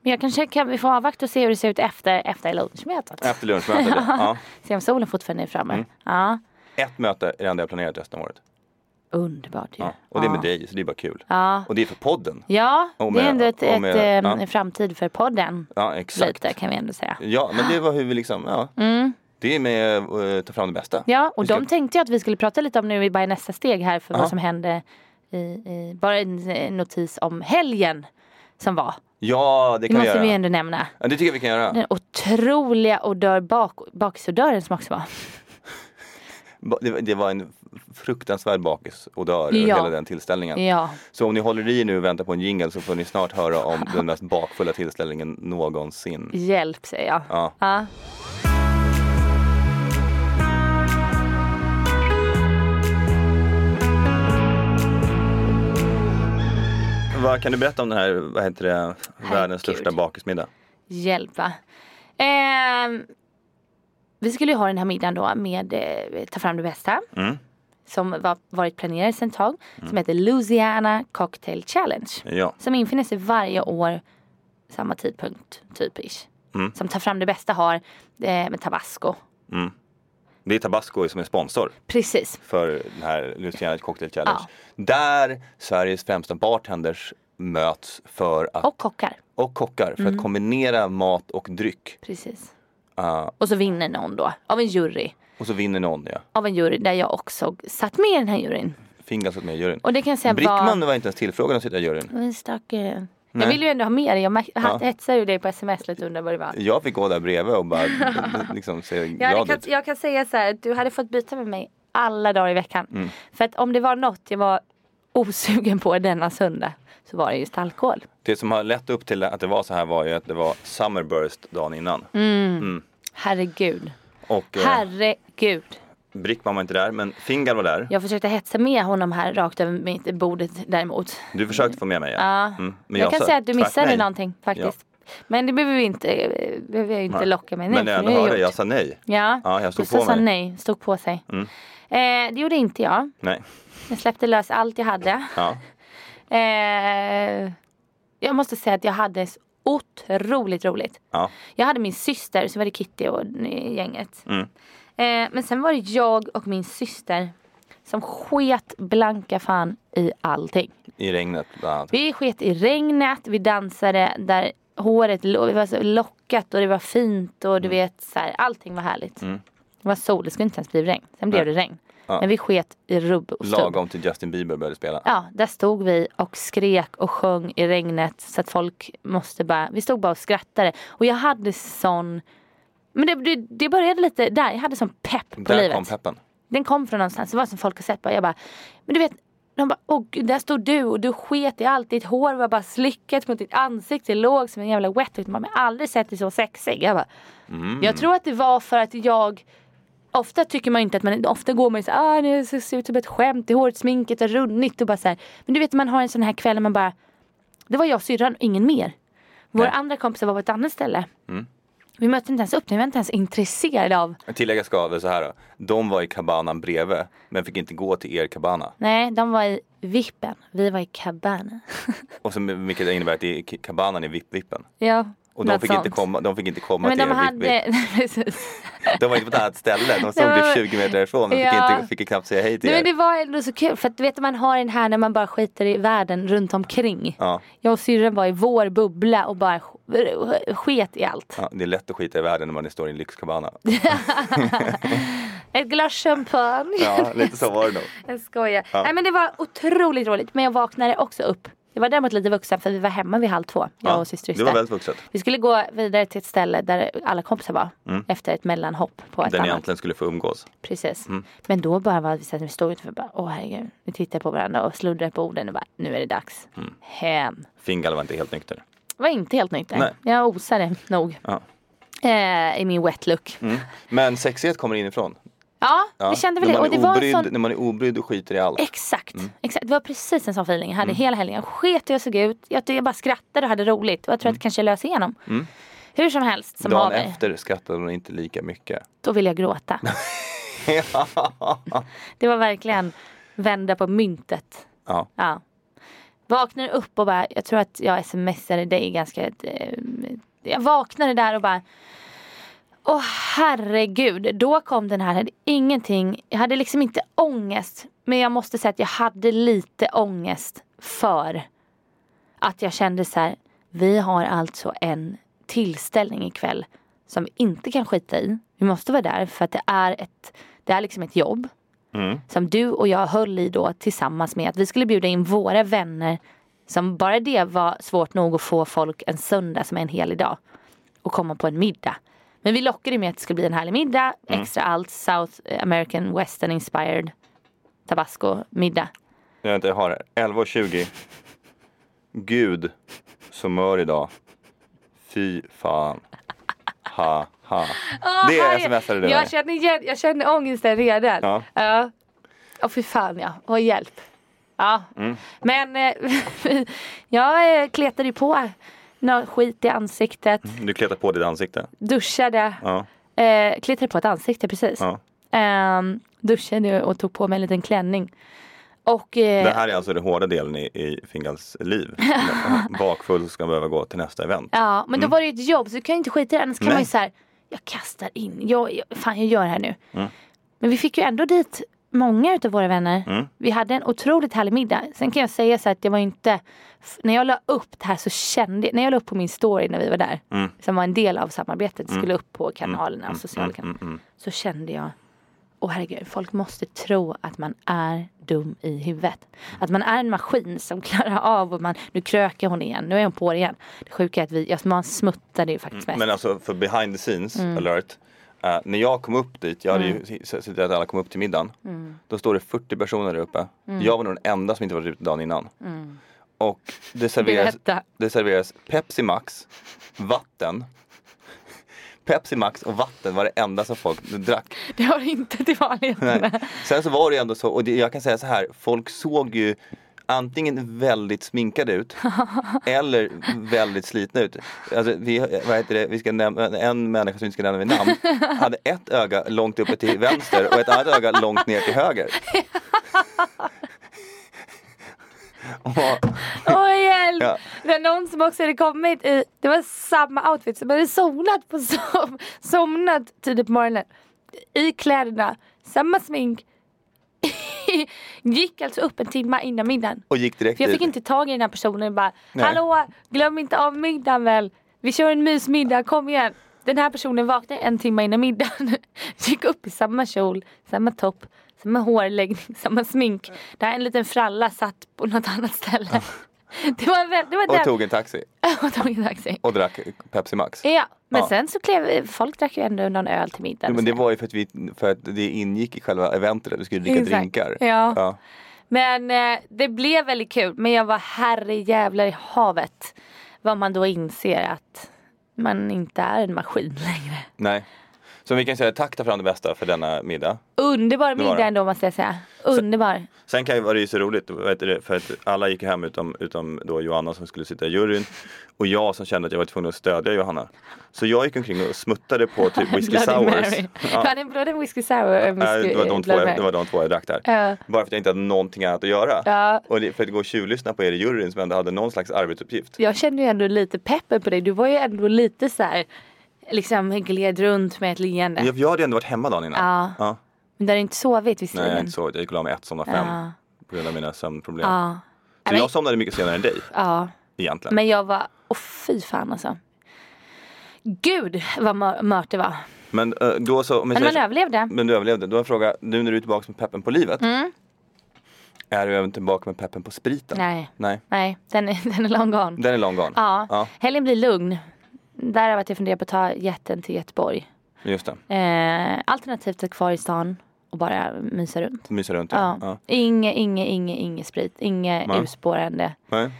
[SPEAKER 1] Men jag kanske kan vi få avvakta och se hur det ser ut efter, efter lunchmötet.
[SPEAKER 2] Efter lunchmötet. ja.
[SPEAKER 1] Se om solen fortfarande är framme.
[SPEAKER 2] Mm.
[SPEAKER 1] Ja.
[SPEAKER 2] Ett möte är det enda jag planerat resten av året.
[SPEAKER 1] Underbart ju.
[SPEAKER 2] Ja.
[SPEAKER 1] Ja,
[SPEAKER 2] Och det är med dig, så det är bara kul. Och det är för podden. Och
[SPEAKER 1] det
[SPEAKER 2] med-
[SPEAKER 1] är ändå ett,
[SPEAKER 2] och
[SPEAKER 1] ett,
[SPEAKER 2] med-
[SPEAKER 1] ehm,
[SPEAKER 2] ja.
[SPEAKER 1] en framtid för podden.
[SPEAKER 2] Ja, exakt.
[SPEAKER 1] Lite kan vi ändå säga.
[SPEAKER 2] Ja, men det var hur vi liksom, ja. Det är med eh, ta fram det bästa.
[SPEAKER 1] Mm. Ja, och
[SPEAKER 2] Vi ska-
[SPEAKER 1] de tänkte jag att vi skulle prata lite om nu i bara i nästa steg här för
[SPEAKER 2] Ja.
[SPEAKER 1] vad som hände i, i bara en eh, notis om helgen som var.
[SPEAKER 2] Ja, det
[SPEAKER 1] Det
[SPEAKER 2] kan vi
[SPEAKER 1] måste
[SPEAKER 2] göra.
[SPEAKER 1] vi ändå nämna.
[SPEAKER 2] Ja, det tycker jag vi kan göra.
[SPEAKER 1] Den otroliga odör bak, baksodören som också var.
[SPEAKER 2] Ba- Det, var- det var en fruktansvärd bakis och dör över
[SPEAKER 1] Ja.
[SPEAKER 2] hela den tillställningen.
[SPEAKER 1] Ja.
[SPEAKER 2] Så om ni håller i nu och väntar på en jingle så får ni snart höra om den mest bakfulla tillställningen någonsin.
[SPEAKER 1] Hjälp säger jag.
[SPEAKER 2] Ja.
[SPEAKER 1] Ja.
[SPEAKER 2] Vad kan du berätta om den här, vad heter det,
[SPEAKER 1] Herregud.
[SPEAKER 2] världens största bakismiddag?
[SPEAKER 1] Hjälp va. Ehm, vi skulle ju ha den här middagen då med eh, Ta fram det bästa.
[SPEAKER 2] Mm.
[SPEAKER 1] Som var, varit planerad sedan ett tag. Som heter Louisiana Cocktail Challenge.
[SPEAKER 2] Ja.
[SPEAKER 1] Som infinner sig varje år samma tidpunkt typ ish.
[SPEAKER 2] Mm.
[SPEAKER 1] Som tar fram det bästa har eh, med tabasco.
[SPEAKER 2] Det är Tabasco som är sponsor
[SPEAKER 1] Precis.
[SPEAKER 2] för den här Lucianas Cocktail Challenge. Där Sveriges främsta bartenders möts för att, och,
[SPEAKER 1] Och Mm. kockar.
[SPEAKER 2] kockar för att kombinera mat och dryck.
[SPEAKER 1] Precis.
[SPEAKER 2] Ah.
[SPEAKER 1] Och så vinner någon då av en jury.
[SPEAKER 2] Och så vinner någon ja.
[SPEAKER 1] Av en jury där jag också satt med i den här juryn.
[SPEAKER 2] Finglas åt med i juryn.
[SPEAKER 1] Och det kan jag säga
[SPEAKER 2] Brickman
[SPEAKER 1] var...
[SPEAKER 2] var inte ens tillfrågad att sitta i juryn.
[SPEAKER 1] Men stackare. Jag
[SPEAKER 2] Nej.
[SPEAKER 1] vill ju ändå ha med dig. Jag mär-
[SPEAKER 2] Ja.
[SPEAKER 1] hetsade ju dig på sms lite och undrade vad det var.
[SPEAKER 2] Jag fick gå där bredvid och bara liksom se
[SPEAKER 1] Jag, hade,
[SPEAKER 2] glad
[SPEAKER 1] kan,
[SPEAKER 2] ut.
[SPEAKER 1] jag kan säga så här, att du hade fått byta med mig alla dagar i veckan.
[SPEAKER 2] Mm.
[SPEAKER 1] För att om det var något jag var osugen på denna söndag så var det just alkohol.
[SPEAKER 2] Det som har lett upp till att det var så här var ju att det var Summerburst dagen innan.
[SPEAKER 1] Mm. Herregud.
[SPEAKER 2] Och eh,
[SPEAKER 1] Herregud.
[SPEAKER 2] Brickman var inte där men Fingal var där.
[SPEAKER 1] Jag försökte hetsa med honom här rakt över mitt bordet däremot.
[SPEAKER 2] Du försökte få med mig ja.
[SPEAKER 1] Ja.
[SPEAKER 2] Mm. Men
[SPEAKER 1] jag, kan
[SPEAKER 2] sa
[SPEAKER 1] säga att du
[SPEAKER 2] tvärt
[SPEAKER 1] missade
[SPEAKER 2] nej.
[SPEAKER 1] någonting faktiskt. Men det behöver, vi inte, eh, behöver jag inte
[SPEAKER 2] Nej.
[SPEAKER 1] locka mig nu.
[SPEAKER 2] Men när
[SPEAKER 1] för nu
[SPEAKER 2] jag
[SPEAKER 1] är det
[SPEAKER 2] hörde, jag
[SPEAKER 1] gjort.
[SPEAKER 2] sa nej.
[SPEAKER 1] Ja,
[SPEAKER 2] Ja, jag stod
[SPEAKER 1] Gustav
[SPEAKER 2] på Mm.
[SPEAKER 1] sa
[SPEAKER 2] mig.
[SPEAKER 1] nej, stod på sig. Eh, det gjorde inte jag.
[SPEAKER 2] Nej.
[SPEAKER 1] Jag släppte lös allt jag hade.
[SPEAKER 2] Ja.
[SPEAKER 1] Eh, jag måste säga att jag hade så otroligt roligt.
[SPEAKER 2] Ja.
[SPEAKER 1] Jag hade min syster, så var det Kitty och eh, gänget.
[SPEAKER 2] Mm.
[SPEAKER 1] Eh, men sen var det jag och min syster som sket blanka fan i allting.
[SPEAKER 2] I regnet bland annat.
[SPEAKER 1] Vi sket i regnet, vi dansade där håret lo- var så lockat och det var fint och
[SPEAKER 2] Mm.
[SPEAKER 1] du vet så här, allting var härligt. Det var sol, det skulle inte ens bli regn. Sen blev det regn.
[SPEAKER 2] Ja.
[SPEAKER 1] Men vi sket i rubb och stubb.
[SPEAKER 2] Lagom till Justin Bieber började spela.
[SPEAKER 1] Ja, där stod vi och skrek och sjöng i regnet så att folk måste bara, vi stod bara och skrattade. Och jag hade sån, men det, det, det började lite där, jag hade sån pepp på
[SPEAKER 2] Där
[SPEAKER 1] livet.
[SPEAKER 2] kom peppen.
[SPEAKER 1] Den kom från någonstans, det var som folk har sett bara, jag bara, men du vet, de bara, åh gud, där stod du och du sket i allt, ditt hår var bara slickat mot ditt ansikte, låg som en jävla wetsuit, man har aldrig sett dig så sexig. Jag bara, jag tror att det var för att jag Ofta tycker man inte att man, ofta går man ju såhär, ah, det ser- ser ut som ett skämt, det håret, sminket är runnigt och bara såhär. Men du vet man har en sån här kväll när man bara, det var jag och syrran och ingen mer. Våra
[SPEAKER 2] Nej.
[SPEAKER 1] andra kompisar var på ett annat ställe. Vi mötte inte ens upp, vi var inte ens intresserade av
[SPEAKER 2] Tillägga ska väl så här då. De var i kabanan bredvid men fick inte gå till er kabana.
[SPEAKER 1] Nej, de var i vippen. Vi var i kabana.
[SPEAKER 2] Och som, vilket innebär att det är, k- kabanan är vipp-vippen.
[SPEAKER 1] ja,
[SPEAKER 2] Och de fick, inte komma, de fick inte komma
[SPEAKER 1] Men
[SPEAKER 2] till
[SPEAKER 1] de
[SPEAKER 2] er vipp-vipp.
[SPEAKER 1] hade... Precis.
[SPEAKER 2] De var inte på ett annat ställe. De
[SPEAKER 1] Det
[SPEAKER 2] stod
[SPEAKER 1] var-
[SPEAKER 2] typ 20 meter därifrån. De fick,
[SPEAKER 1] Ja.
[SPEAKER 2] inte, fick knappt säga hej till
[SPEAKER 1] Nej, men det
[SPEAKER 2] er.
[SPEAKER 1] var ändå så kul för att du vet man har den här när man bara skiter i världen runt omkring.
[SPEAKER 2] Ja.
[SPEAKER 1] Jag och syrran var i vår bubbla och bara sk- sket i allt.
[SPEAKER 2] Ja, det är lätt att skita i världen när man står i en lyxkabana.
[SPEAKER 1] Ett glas champagne.
[SPEAKER 2] Ja, lite så var det nog.
[SPEAKER 1] Jag skojar.
[SPEAKER 2] Ja.
[SPEAKER 1] Nej men det var otroligt roligt. Men jag vaknade också upp. Jag var däremot lite vuxen för vi var hemma vid halv två. Jag
[SPEAKER 2] Ja,
[SPEAKER 1] och syster
[SPEAKER 2] det var väldigt vuxet.
[SPEAKER 1] Vi skulle gå vidare till ett ställe där alla kompisar var. Efter ett mellanhopp på ett
[SPEAKER 2] Mm. Där ni
[SPEAKER 1] annat.
[SPEAKER 2] äntligen skulle få umgås.
[SPEAKER 1] Precis.
[SPEAKER 2] Mm.
[SPEAKER 1] Men då bara var vi så att vi stod utanför och bara, åh herregud. Vi tittade på varandra och sluddrade på orden och bara, nu är det dags.
[SPEAKER 2] Mm.
[SPEAKER 1] Hem.
[SPEAKER 2] Fingal var inte helt nykter.
[SPEAKER 1] Det var inte helt nykter.
[SPEAKER 2] Nej.
[SPEAKER 1] Jag osade nog.
[SPEAKER 2] Ja. Mm.
[SPEAKER 1] Eh, I min wet look.
[SPEAKER 2] Men sexighet kommer inifrån.
[SPEAKER 1] Ja, vi kände väl
[SPEAKER 2] när,
[SPEAKER 1] det.
[SPEAKER 2] man
[SPEAKER 1] Och
[SPEAKER 2] är
[SPEAKER 1] det var en
[SPEAKER 2] obrydd, Mm.
[SPEAKER 1] sån
[SPEAKER 2] när man är obrydd och skiter i allt.
[SPEAKER 1] Exakt, exakt. Det var precis en sån feeling jag hade
[SPEAKER 2] Mm.
[SPEAKER 1] hela helgen. Jag sket hur jag såg ut. Jag, jag bara skrattade och hade roligt. Och jag tror att det kanske jag lös igenom. Hur som helst som
[SPEAKER 2] Mm. Dagen
[SPEAKER 1] haver.
[SPEAKER 2] efter skrattade hon inte lika mycket.
[SPEAKER 1] Då ville jag gråta. det var verkligen vända på myntet.
[SPEAKER 2] Ja.
[SPEAKER 1] Ja. Vaknar upp och bara, jag tror att jag smsade dig ganska... eh, Jag vaknade där och bara... Åh herregud, då kom den här, jag hade ingenting, jag hade liksom inte ångest. Men jag måste säga att jag hade lite ångest för att jag kände så här, vi har alltså en tillställning ikväll som vi inte kan skita i. Vi måste vara där för att det är ett, det är liksom ett jobb. Som du och jag höll i då tillsammans med att vi skulle bjuda in våra vänner. Som bara det var svårt nog att få folk en söndag som är en helig dag. Och komma på en middag. Men vi lockade med att det skulle bli en härlig middag.
[SPEAKER 2] Mm.
[SPEAKER 1] Extra allt South American Western inspired tabasco middag.
[SPEAKER 2] Jag, vet inte, jag har det. 11.20. Gud som mör idag. Fy fan. Ha, ha. Det är sms'are det
[SPEAKER 1] Jag
[SPEAKER 2] där.
[SPEAKER 1] känner, igen, jag känner ångesten redan.
[SPEAKER 2] Ja.
[SPEAKER 1] Ja. Åh fy fan ja, och hjälp. Ja.
[SPEAKER 2] Mm.
[SPEAKER 1] Men eh, jag eh, kletade ju på något skit i ansiktet,
[SPEAKER 2] Du kletar på ditt ansikte.
[SPEAKER 1] duschade,
[SPEAKER 2] Ja.
[SPEAKER 1] eh, kletade på ett ansikte precis.
[SPEAKER 2] Ja.
[SPEAKER 1] Ehm, duschade och tog på mig en liten klänning. Och eh,
[SPEAKER 2] Det här är alltså den hårda delen i, i Fingals liv. Bakfull ska man behöva gå till nästa event.
[SPEAKER 1] Ja, men då var det ju ett jobb så du kan ju inte skita i det. Annars kan
[SPEAKER 2] Mm. Nej.
[SPEAKER 1] man ju så här, jag kastar in, jag, jag, fan jag gör det här nu.
[SPEAKER 2] Mm.
[SPEAKER 1] Men vi fick ju ändå dit många utav våra vänner.
[SPEAKER 2] Mm.
[SPEAKER 1] Vi hade en otroligt härlig middag. Sen kan jag säga så här att det var ju inte, f- när jag la upp det här så kände jag, när jag la upp på min story när vi var där,
[SPEAKER 2] Mm.
[SPEAKER 1] som var en del av samarbetet, skulle upp på kanalerna,
[SPEAKER 2] Mm.
[SPEAKER 1] sociala kanaler, så kände jag Åh herregud, folk måste tro att man är dum i huvudet. Att man är en maskin som klarar av och man, nu kröker hon igen, nu är hon på det igen. Det sjuka är att vi, ja, man smuttade ju faktiskt mest. Mm.
[SPEAKER 2] Men alltså för behind the scenes alert. eh, när jag kom upp dit, jag hade ju sett till att alla kom upp till middagen.
[SPEAKER 1] Mm.
[SPEAKER 2] Då står det 40 personer där uppe. Jag var nog den enda som inte varit ute dagen innan. Och det serveras,
[SPEAKER 1] Mm. Berätta.
[SPEAKER 2] det serveras Pepsi Max, vatten. Pepsi Max och vatten var det enda som folk drack.
[SPEAKER 1] Det har inte till vanligheterna.
[SPEAKER 2] Nej. Sen så var det ju ändå så, och det, jag kan säga så här, folk såg ju antingen väldigt sminkade ut eller väldigt slitna ut. Alltså, vi, vad heter det, vi ska nämna, en människa som vi inte ska nämna vid namn hade ett öga långt uppe till vänster och ett annat öga långt ner till höger. Och,
[SPEAKER 1] Åh hjälp!
[SPEAKER 2] Ja.
[SPEAKER 1] Det är någon som också hade kommit i, det var samma outfit, som hade somnat på som, somnat tidigt på morgonen. I kläderna, samma smink. Gick alltså upp en timme innan middagen.
[SPEAKER 2] och gick direkt
[SPEAKER 1] För jag fick
[SPEAKER 2] dit.
[SPEAKER 1] inte tag i den här personen och bara
[SPEAKER 2] Typ. Nej.
[SPEAKER 1] Hallå, glöm inte av middagen väl. Vi kör en mysmiddag, kom igen. Den här personen vaknade en timme innan middagen. Gick upp i samma kjol, samma topp, samma hårläggning, samma smink. Där en liten fralla satt på något annat ställe. Det var, väl, det var
[SPEAKER 2] Och
[SPEAKER 1] den.
[SPEAKER 2] tog en taxi
[SPEAKER 1] och tog en taxi.
[SPEAKER 2] och drack Pepsi Max.
[SPEAKER 1] Ja, men
[SPEAKER 2] Ja.
[SPEAKER 1] sen så klev, folk drack ju ändå någon öl till middagen.
[SPEAKER 2] Jo, men det
[SPEAKER 1] och
[SPEAKER 2] var ju för att, vi, för att det ingick i själva eventet, att vi skulle dricka
[SPEAKER 1] Exakt.
[SPEAKER 2] drinkar.
[SPEAKER 1] Ja.
[SPEAKER 2] Ja.
[SPEAKER 1] Men eh, det blev väldigt kul. Men jag var herre jävlar i havet. Vad man då inser att man inte är en maskin längre.
[SPEAKER 2] Nej. Så vi kan säga tack ta fram det bästa för denna middag.
[SPEAKER 1] Underbar
[SPEAKER 2] var
[SPEAKER 1] middag
[SPEAKER 2] det.
[SPEAKER 1] ändå måste jag säga. Underbar.
[SPEAKER 2] Sen kan ju vara det ju så roligt vad heter det, för att alla gick ju hem utom, utom då Johanna som skulle sitta i juryn och jag som kände att jag var tvungen att stödja Johanna. Så jag gick omkring och smuttade på typ whisky
[SPEAKER 1] Bloody
[SPEAKER 2] sours.
[SPEAKER 1] Mary.
[SPEAKER 2] Ja.
[SPEAKER 1] Var det en Bloody Whisky Sour? en
[SPEAKER 2] Nej,
[SPEAKER 1] whisky-
[SPEAKER 2] Det var, de två,
[SPEAKER 1] Bloody
[SPEAKER 2] jag-
[SPEAKER 1] Mary?
[SPEAKER 2] det var de två jag drack där.
[SPEAKER 1] Ja.
[SPEAKER 2] Bara för att jag inte hade någonting annat att göra.
[SPEAKER 1] Ja.
[SPEAKER 2] Och det, för att gå och tjuvlyssna på er i juryn som ändå hade någon slags arbetsuppgift.
[SPEAKER 1] Jag kände ju ändå lite peppen på dig. Du var ju ändå lite så här, liksom gled runt med ett leende.
[SPEAKER 2] Jag, jag hade ju ändå varit hemma dagen innan.
[SPEAKER 1] Ja. Men du hade inte sovit
[SPEAKER 2] Nej, jag har
[SPEAKER 1] visserligen.
[SPEAKER 2] inte sovit. Jag gick och la mig ett, somnade fem
[SPEAKER 1] Ja.
[SPEAKER 2] på grund av mina sömnproblem.
[SPEAKER 1] Ja.
[SPEAKER 2] Så
[SPEAKER 1] Nej,
[SPEAKER 2] jag somnade mycket senare än dig
[SPEAKER 1] Ja.
[SPEAKER 2] egentligen.
[SPEAKER 1] Men jag var, åh fy fan alltså. Gud vad mör- mört det var.
[SPEAKER 2] Men eh, då så, Mm. om vi
[SPEAKER 1] Men man
[SPEAKER 2] säger så-
[SPEAKER 1] överlevde.
[SPEAKER 2] Men du överlevde. Då har jag en fråga, nu när du är tillbaka med peppen på livet. Är du även tillbaka med peppen på spriten?
[SPEAKER 1] Mm. Nej.
[SPEAKER 2] Nej.
[SPEAKER 1] Nej, den är, den är long gone.
[SPEAKER 2] Den är long gone.
[SPEAKER 1] Ja.
[SPEAKER 2] ja
[SPEAKER 1] Helgen blir lugn. Därav att jag funderar på att ta jätten till Göteborg.
[SPEAKER 2] just det.
[SPEAKER 1] Eh, alternativt att kvar i stan och bara mysa runt.
[SPEAKER 2] Mysa runt.
[SPEAKER 1] Ja.
[SPEAKER 2] Ja. Ja.
[SPEAKER 1] Inge, inge, inge, inge sprit. Inge
[SPEAKER 2] Nej.
[SPEAKER 1] urspårande.
[SPEAKER 2] Nej.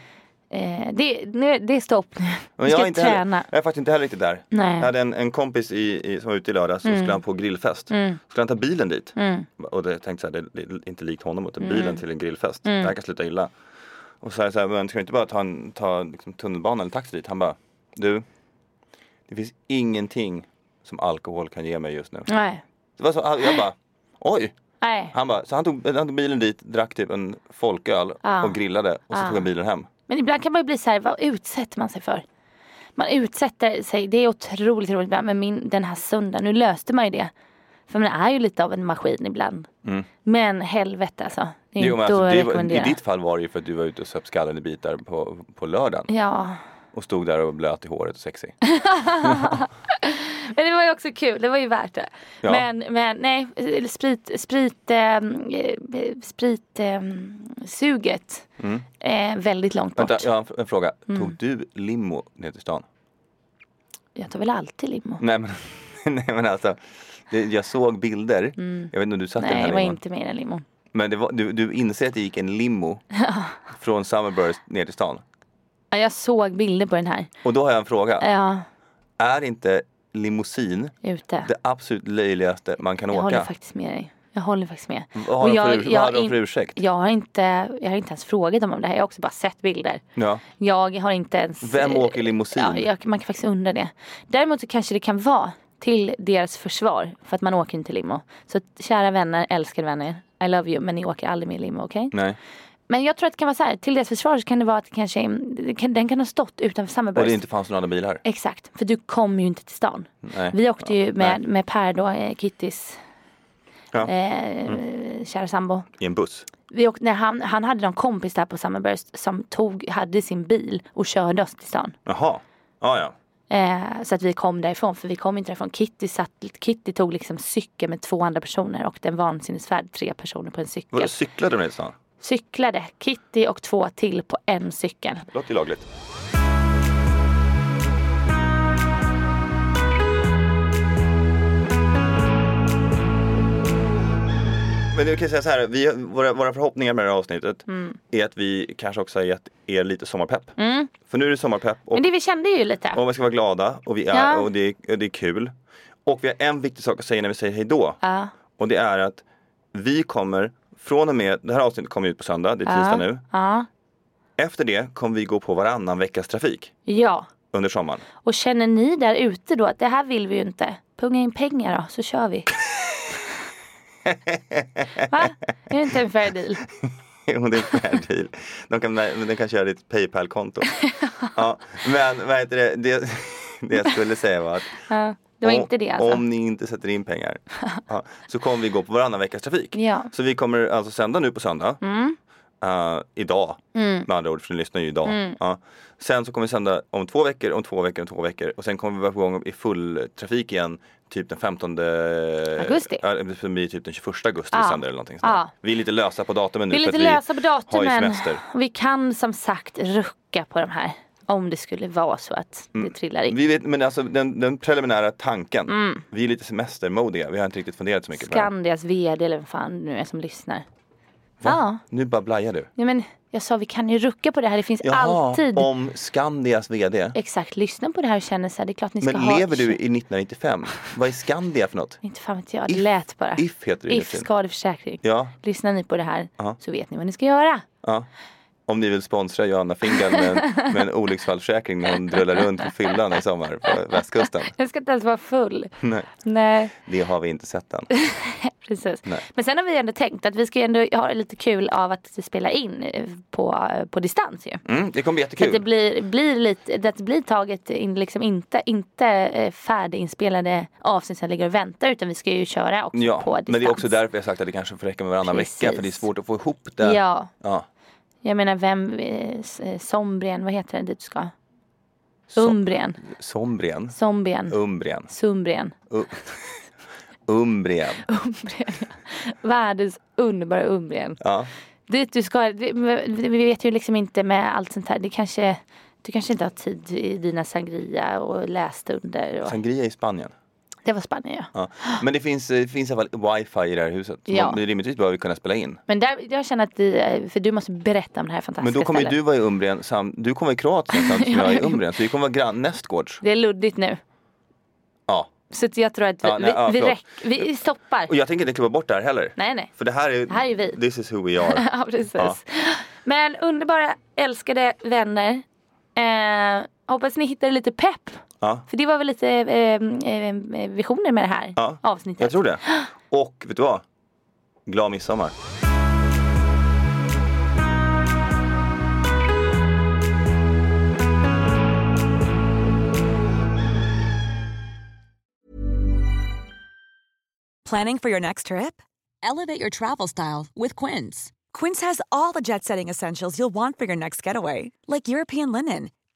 [SPEAKER 1] Eh, det, nu, det är stopp nu.
[SPEAKER 2] Men
[SPEAKER 1] Vi ska
[SPEAKER 2] inte
[SPEAKER 1] träna.
[SPEAKER 2] Heller, jag är faktiskt inte heller riktigt där.
[SPEAKER 1] Nej. Mm.
[SPEAKER 2] Jag hade en, en kompis i, i, som var ute i lördags och skulle han på grillfest. Skulle han ta bilen dit? Och det, jag tänkte så här, det är inte likt honom att
[SPEAKER 1] Mm.
[SPEAKER 2] ta bilen till en grillfest. Det här kan sluta illa. Och så här, så här men ska vi inte bara ta, en, ta liksom, tunnelbana eller taxi dit? Han bara, du, det finns ingenting som alkohol kan ge mig just nu.
[SPEAKER 1] Nej.
[SPEAKER 2] Det var så, han- jag bara, oj!
[SPEAKER 1] Nej.
[SPEAKER 2] Han bara, så han tog, han tog bilen dit, drack typ en folköl
[SPEAKER 1] Ja.
[SPEAKER 2] och grillade och så
[SPEAKER 1] Ah.
[SPEAKER 2] tog han bilen hem.
[SPEAKER 1] Men ibland kan man ju bli så här, vad utsätter man sig för? Man utsätter sig, det är otroligt roligt ibland, men min, den här söndagen, nu löste man ju det. För man är ju lite av en maskin ibland. Men helvete alltså. Det är
[SPEAKER 2] Mm. Jo,
[SPEAKER 1] inte
[SPEAKER 2] men alltså,
[SPEAKER 1] att
[SPEAKER 2] det var, I
[SPEAKER 1] rekommendera.
[SPEAKER 2] ditt fall var det ju för att du var ute och söp skallen i bitar på, på lördagen
[SPEAKER 1] Ja.
[SPEAKER 2] och stod där och var blöt i håret och sexig.
[SPEAKER 1] Men det var ju också kul, det var ju värt det.
[SPEAKER 2] Ja.
[SPEAKER 1] Men, men nej, sprit, sprit, ehm, eh, sprit ehm, suget är väldigt långt bort.
[SPEAKER 2] Mm. Vänta, jag har en f- en fråga.
[SPEAKER 1] Mm.
[SPEAKER 2] Tog du limo ner till stan?
[SPEAKER 1] Jag tar väl alltid limo.
[SPEAKER 2] Nej men, nej, men alltså. Det, jag såg bilder. Jag vet inte om du satt i den
[SPEAKER 1] Mm. Nej,
[SPEAKER 2] här
[SPEAKER 1] det var
[SPEAKER 2] limon.
[SPEAKER 1] inte mina limon.
[SPEAKER 2] Men det var, du, du inser att det gick en limo från Summerburst ner till stan.
[SPEAKER 1] Ja, Jag såg bilder på den här.
[SPEAKER 2] Och då har jag en fråga.
[SPEAKER 1] Ja,
[SPEAKER 2] Är inte limousin
[SPEAKER 1] ute.
[SPEAKER 2] det absolut löjligaste man kan
[SPEAKER 1] jag håller
[SPEAKER 2] åka?
[SPEAKER 1] faktiskt med dig. Jag håller faktiskt med.
[SPEAKER 2] Vad har de för ur- vad har de
[SPEAKER 1] in-
[SPEAKER 2] för ursäkt?
[SPEAKER 1] Jag har, inte, jag har inte ens frågat dem om det här. Jag har också bara sett bilder.
[SPEAKER 2] Ja.
[SPEAKER 1] Jag har inte ens...
[SPEAKER 2] Vem
[SPEAKER 1] eh,
[SPEAKER 2] åker limousin?
[SPEAKER 1] Ja, jag, man kan faktiskt undra det. Däremot så kanske det kan vara till deras försvar för att man åker inte limo. Så att, kära vänner, älskade vänner, I love you men ni åker aldrig med limo, okej?
[SPEAKER 2] Nej.
[SPEAKER 1] Men jag tror att det kan vara så här, till deras försvar så kan det vara att det kanske är, det kan, den kan ha stått utanför
[SPEAKER 2] Och
[SPEAKER 1] Summerburst.
[SPEAKER 2] det inte fanns några andra bilar?
[SPEAKER 1] Exakt, för du kom ju inte till stan.
[SPEAKER 2] Nej.
[SPEAKER 1] Vi åkte ju med,
[SPEAKER 2] nej.
[SPEAKER 1] med Per då, eh, Kittys
[SPEAKER 2] Ja.
[SPEAKER 1] eh, kära sambo.
[SPEAKER 2] I en buss?
[SPEAKER 1] Vi åkte, nej, han, han hade någon kompis där på Summerburst som tog, hade sin bil och körde oss till stan.
[SPEAKER 2] Jaha. Ja, ja.
[SPEAKER 1] Eh, så att vi kom därifrån, för vi kom inte därifrån. Kitty, satt, Kitty tog liksom cykeln med två andra personer och den vansinnesfärd tre personer på en cykel.
[SPEAKER 2] Vadå, cyklade de ner till stan?
[SPEAKER 1] Cyklade Kitty och två till på en cykel.
[SPEAKER 2] Låter ju lagligt. Men jag kan säga så här, vi, våra, våra förhoppningar med det här avsnittet är att vi kanske också har gett er lite sommarpepp. För nu är det sommarpepp och,
[SPEAKER 1] Men det vi kände ju lite.
[SPEAKER 2] och vi ska vara glada och, vi är,
[SPEAKER 1] Ja.
[SPEAKER 2] och, det, är- och det är kul. Och vi har en viktig sak att säga när vi säger hej då.
[SPEAKER 1] Ja.
[SPEAKER 2] Och det är att vi kommer från och med, det här avsnittet kommer ut på söndag, det är tisdag nu.
[SPEAKER 1] Ja.
[SPEAKER 2] Efter det kommer vi gå på varannan veckas trafik
[SPEAKER 1] ja.
[SPEAKER 2] under sommaren.
[SPEAKER 1] Och känner ni där ute då att det här vill vi ju inte. Punga in pengar då, så kör vi. Va? Är det inte en fair deal?
[SPEAKER 2] Jo, det är en fair deal. De kan, men de kan köra ditt Paypal-konto. Ja, men vad heter det? det, det jag skulle säga var att
[SPEAKER 1] Det var
[SPEAKER 2] om,
[SPEAKER 1] inte det alltså.
[SPEAKER 2] om ni inte sätter in pengar ja, så kommer vi gå på varannan veckas trafik.
[SPEAKER 1] Ja. Mm.
[SPEAKER 2] Så vi kommer alltså sända nu på söndag. Eh, idag, med andra ord, för ni lyssnar ju idag.
[SPEAKER 1] Mm.
[SPEAKER 2] Ja. Sen så kommer vi sända om två veckor, om två veckor, om två veckor. Och sen kommer vi vara på gång i full trafik igen typ den 15
[SPEAKER 1] Augusti.
[SPEAKER 2] Ja, det blir typ den 21 augusti
[SPEAKER 1] Ja.
[SPEAKER 2] vi sänder eller någonting sånt där.
[SPEAKER 1] Ja.
[SPEAKER 2] Vi är lite lösa på datumen nu.
[SPEAKER 1] Vi är
[SPEAKER 2] för
[SPEAKER 1] lite
[SPEAKER 2] att
[SPEAKER 1] lösa på
[SPEAKER 2] Har ju
[SPEAKER 1] datumen.
[SPEAKER 2] semester.
[SPEAKER 1] Och vi kan som sagt rucka på de här. Om det skulle vara så att det trillar in.
[SPEAKER 2] Mm. Vi vet, men alltså den, den preliminära tanken.
[SPEAKER 1] Mm.
[SPEAKER 2] Vi är lite semestermodiga. Vi har inte riktigt funderat så mycket på det.
[SPEAKER 1] Skandias vd eller vem fan nu är som lyssnar. Ja,
[SPEAKER 2] här. Nu bara blajar du.
[SPEAKER 1] nej men jag sa vi kan ju rucka på det här. Det finns
[SPEAKER 2] Jaha,
[SPEAKER 1] alltid.
[SPEAKER 2] om Skandias VD.
[SPEAKER 1] Exakt, lyssna på det här och känner så här, det är klart ni ska
[SPEAKER 2] Men
[SPEAKER 1] ha.
[SPEAKER 2] lever du i 1995? Vad är Skandia för något?
[SPEAKER 1] Inte fan vet jag, det
[SPEAKER 2] If-
[SPEAKER 1] lät bara.
[SPEAKER 2] If heter det nu
[SPEAKER 1] If
[SPEAKER 2] för tiden.
[SPEAKER 1] skadeförsäkring.
[SPEAKER 2] Ja,
[SPEAKER 1] Lyssnar ni på det här
[SPEAKER 2] Ja.
[SPEAKER 1] så vet ni vad ni ska göra.
[SPEAKER 2] ja. Om ni vill sponsra Johanna Fingal med, en- med en olycksfallsförsäkring när hon drullar runt på fyllan i sommar på västkusten.
[SPEAKER 1] Jag ska inte ens vara full.
[SPEAKER 2] Nej,
[SPEAKER 1] Nej,
[SPEAKER 2] det har vi inte sett än.
[SPEAKER 1] precis.
[SPEAKER 2] Nej.
[SPEAKER 1] Men sen har vi ändå tänkt att vi ska ju ändå ha lite kul av att spela in eh, på, på distans ju.
[SPEAKER 2] Mm, det kommer bli
[SPEAKER 1] Så att det
[SPEAKER 2] jättekul.
[SPEAKER 1] blir, blir lite, det blir taget in, liksom inte, inte eh, färdiginspelade avsnitt som ligger och väntar utan vi ska ju köra också på
[SPEAKER 2] Ja,
[SPEAKER 1] distans.
[SPEAKER 2] men det är också därför jag sagt att det kanske får räcka med varannan vecka för det är
[SPEAKER 1] Precis.
[SPEAKER 2] svårt att få ihop det.
[SPEAKER 1] Ja,
[SPEAKER 2] ja.
[SPEAKER 1] jag menar vem, eh, s- eh, Sombrien, vad heter det dit du ska?
[SPEAKER 2] Som-
[SPEAKER 1] Umbrien,
[SPEAKER 2] Sombrien.
[SPEAKER 1] Sombrien,
[SPEAKER 2] Um- Umbrien.
[SPEAKER 1] Sumbrien,
[SPEAKER 2] U- Umbrien.
[SPEAKER 1] Umbrien, världens underbara Umbrien.
[SPEAKER 2] Ja.
[SPEAKER 1] Dit du ska, vi, vi vi vet ju liksom inte med allt sånt här, det kanske, du kanske inte har tid i dina sangria och lästunder och,
[SPEAKER 2] Sangria i Spanien.
[SPEAKER 1] det var Spanien ja.
[SPEAKER 2] Ja. Men det finns, det finns i alla fall wifi i det här huset. Så
[SPEAKER 1] Ja.
[SPEAKER 2] man- Rimligtvis behöver vi kunna spela in.
[SPEAKER 1] Men där, jag känner att vi, eh, för du måste berätta om det här
[SPEAKER 2] Men
[SPEAKER 1] fantastiska
[SPEAKER 2] då kommer ju
[SPEAKER 1] stället.
[SPEAKER 2] du vara i Umbrien, sam- du kommer vara i Kroatien samtidigt som jag är i Umbrien. Så vi kommer vara grann nästgårds.
[SPEAKER 1] Det är luddigt nu.
[SPEAKER 2] Ja.
[SPEAKER 1] Så att jag tror att vi,
[SPEAKER 2] Ja, nej, ja,
[SPEAKER 1] vi, vi,
[SPEAKER 2] förlåt.
[SPEAKER 1] räck, vi stoppar.
[SPEAKER 2] Och jag tänker inte klippa bort det här heller.
[SPEAKER 1] Nej, nej.
[SPEAKER 2] För det här är,
[SPEAKER 1] här är vi.
[SPEAKER 2] This is who we are.
[SPEAKER 1] Ja, precis.
[SPEAKER 2] Ja.
[SPEAKER 1] Men underbara, älskade vänner. Eh, hoppas ni hittade lite pepp.
[SPEAKER 2] Ja.
[SPEAKER 1] För det var väl lite eh, eh, visioner med det här
[SPEAKER 2] Ja.
[SPEAKER 1] avsnittet.
[SPEAKER 2] Jag tror det. Och vet du vad? Glad midsommar.
[SPEAKER 4] Planning for your next trip? Elevate your travel style with Quince. Quince has all the jet setting essentials you'll want for your next getaway, like European linen,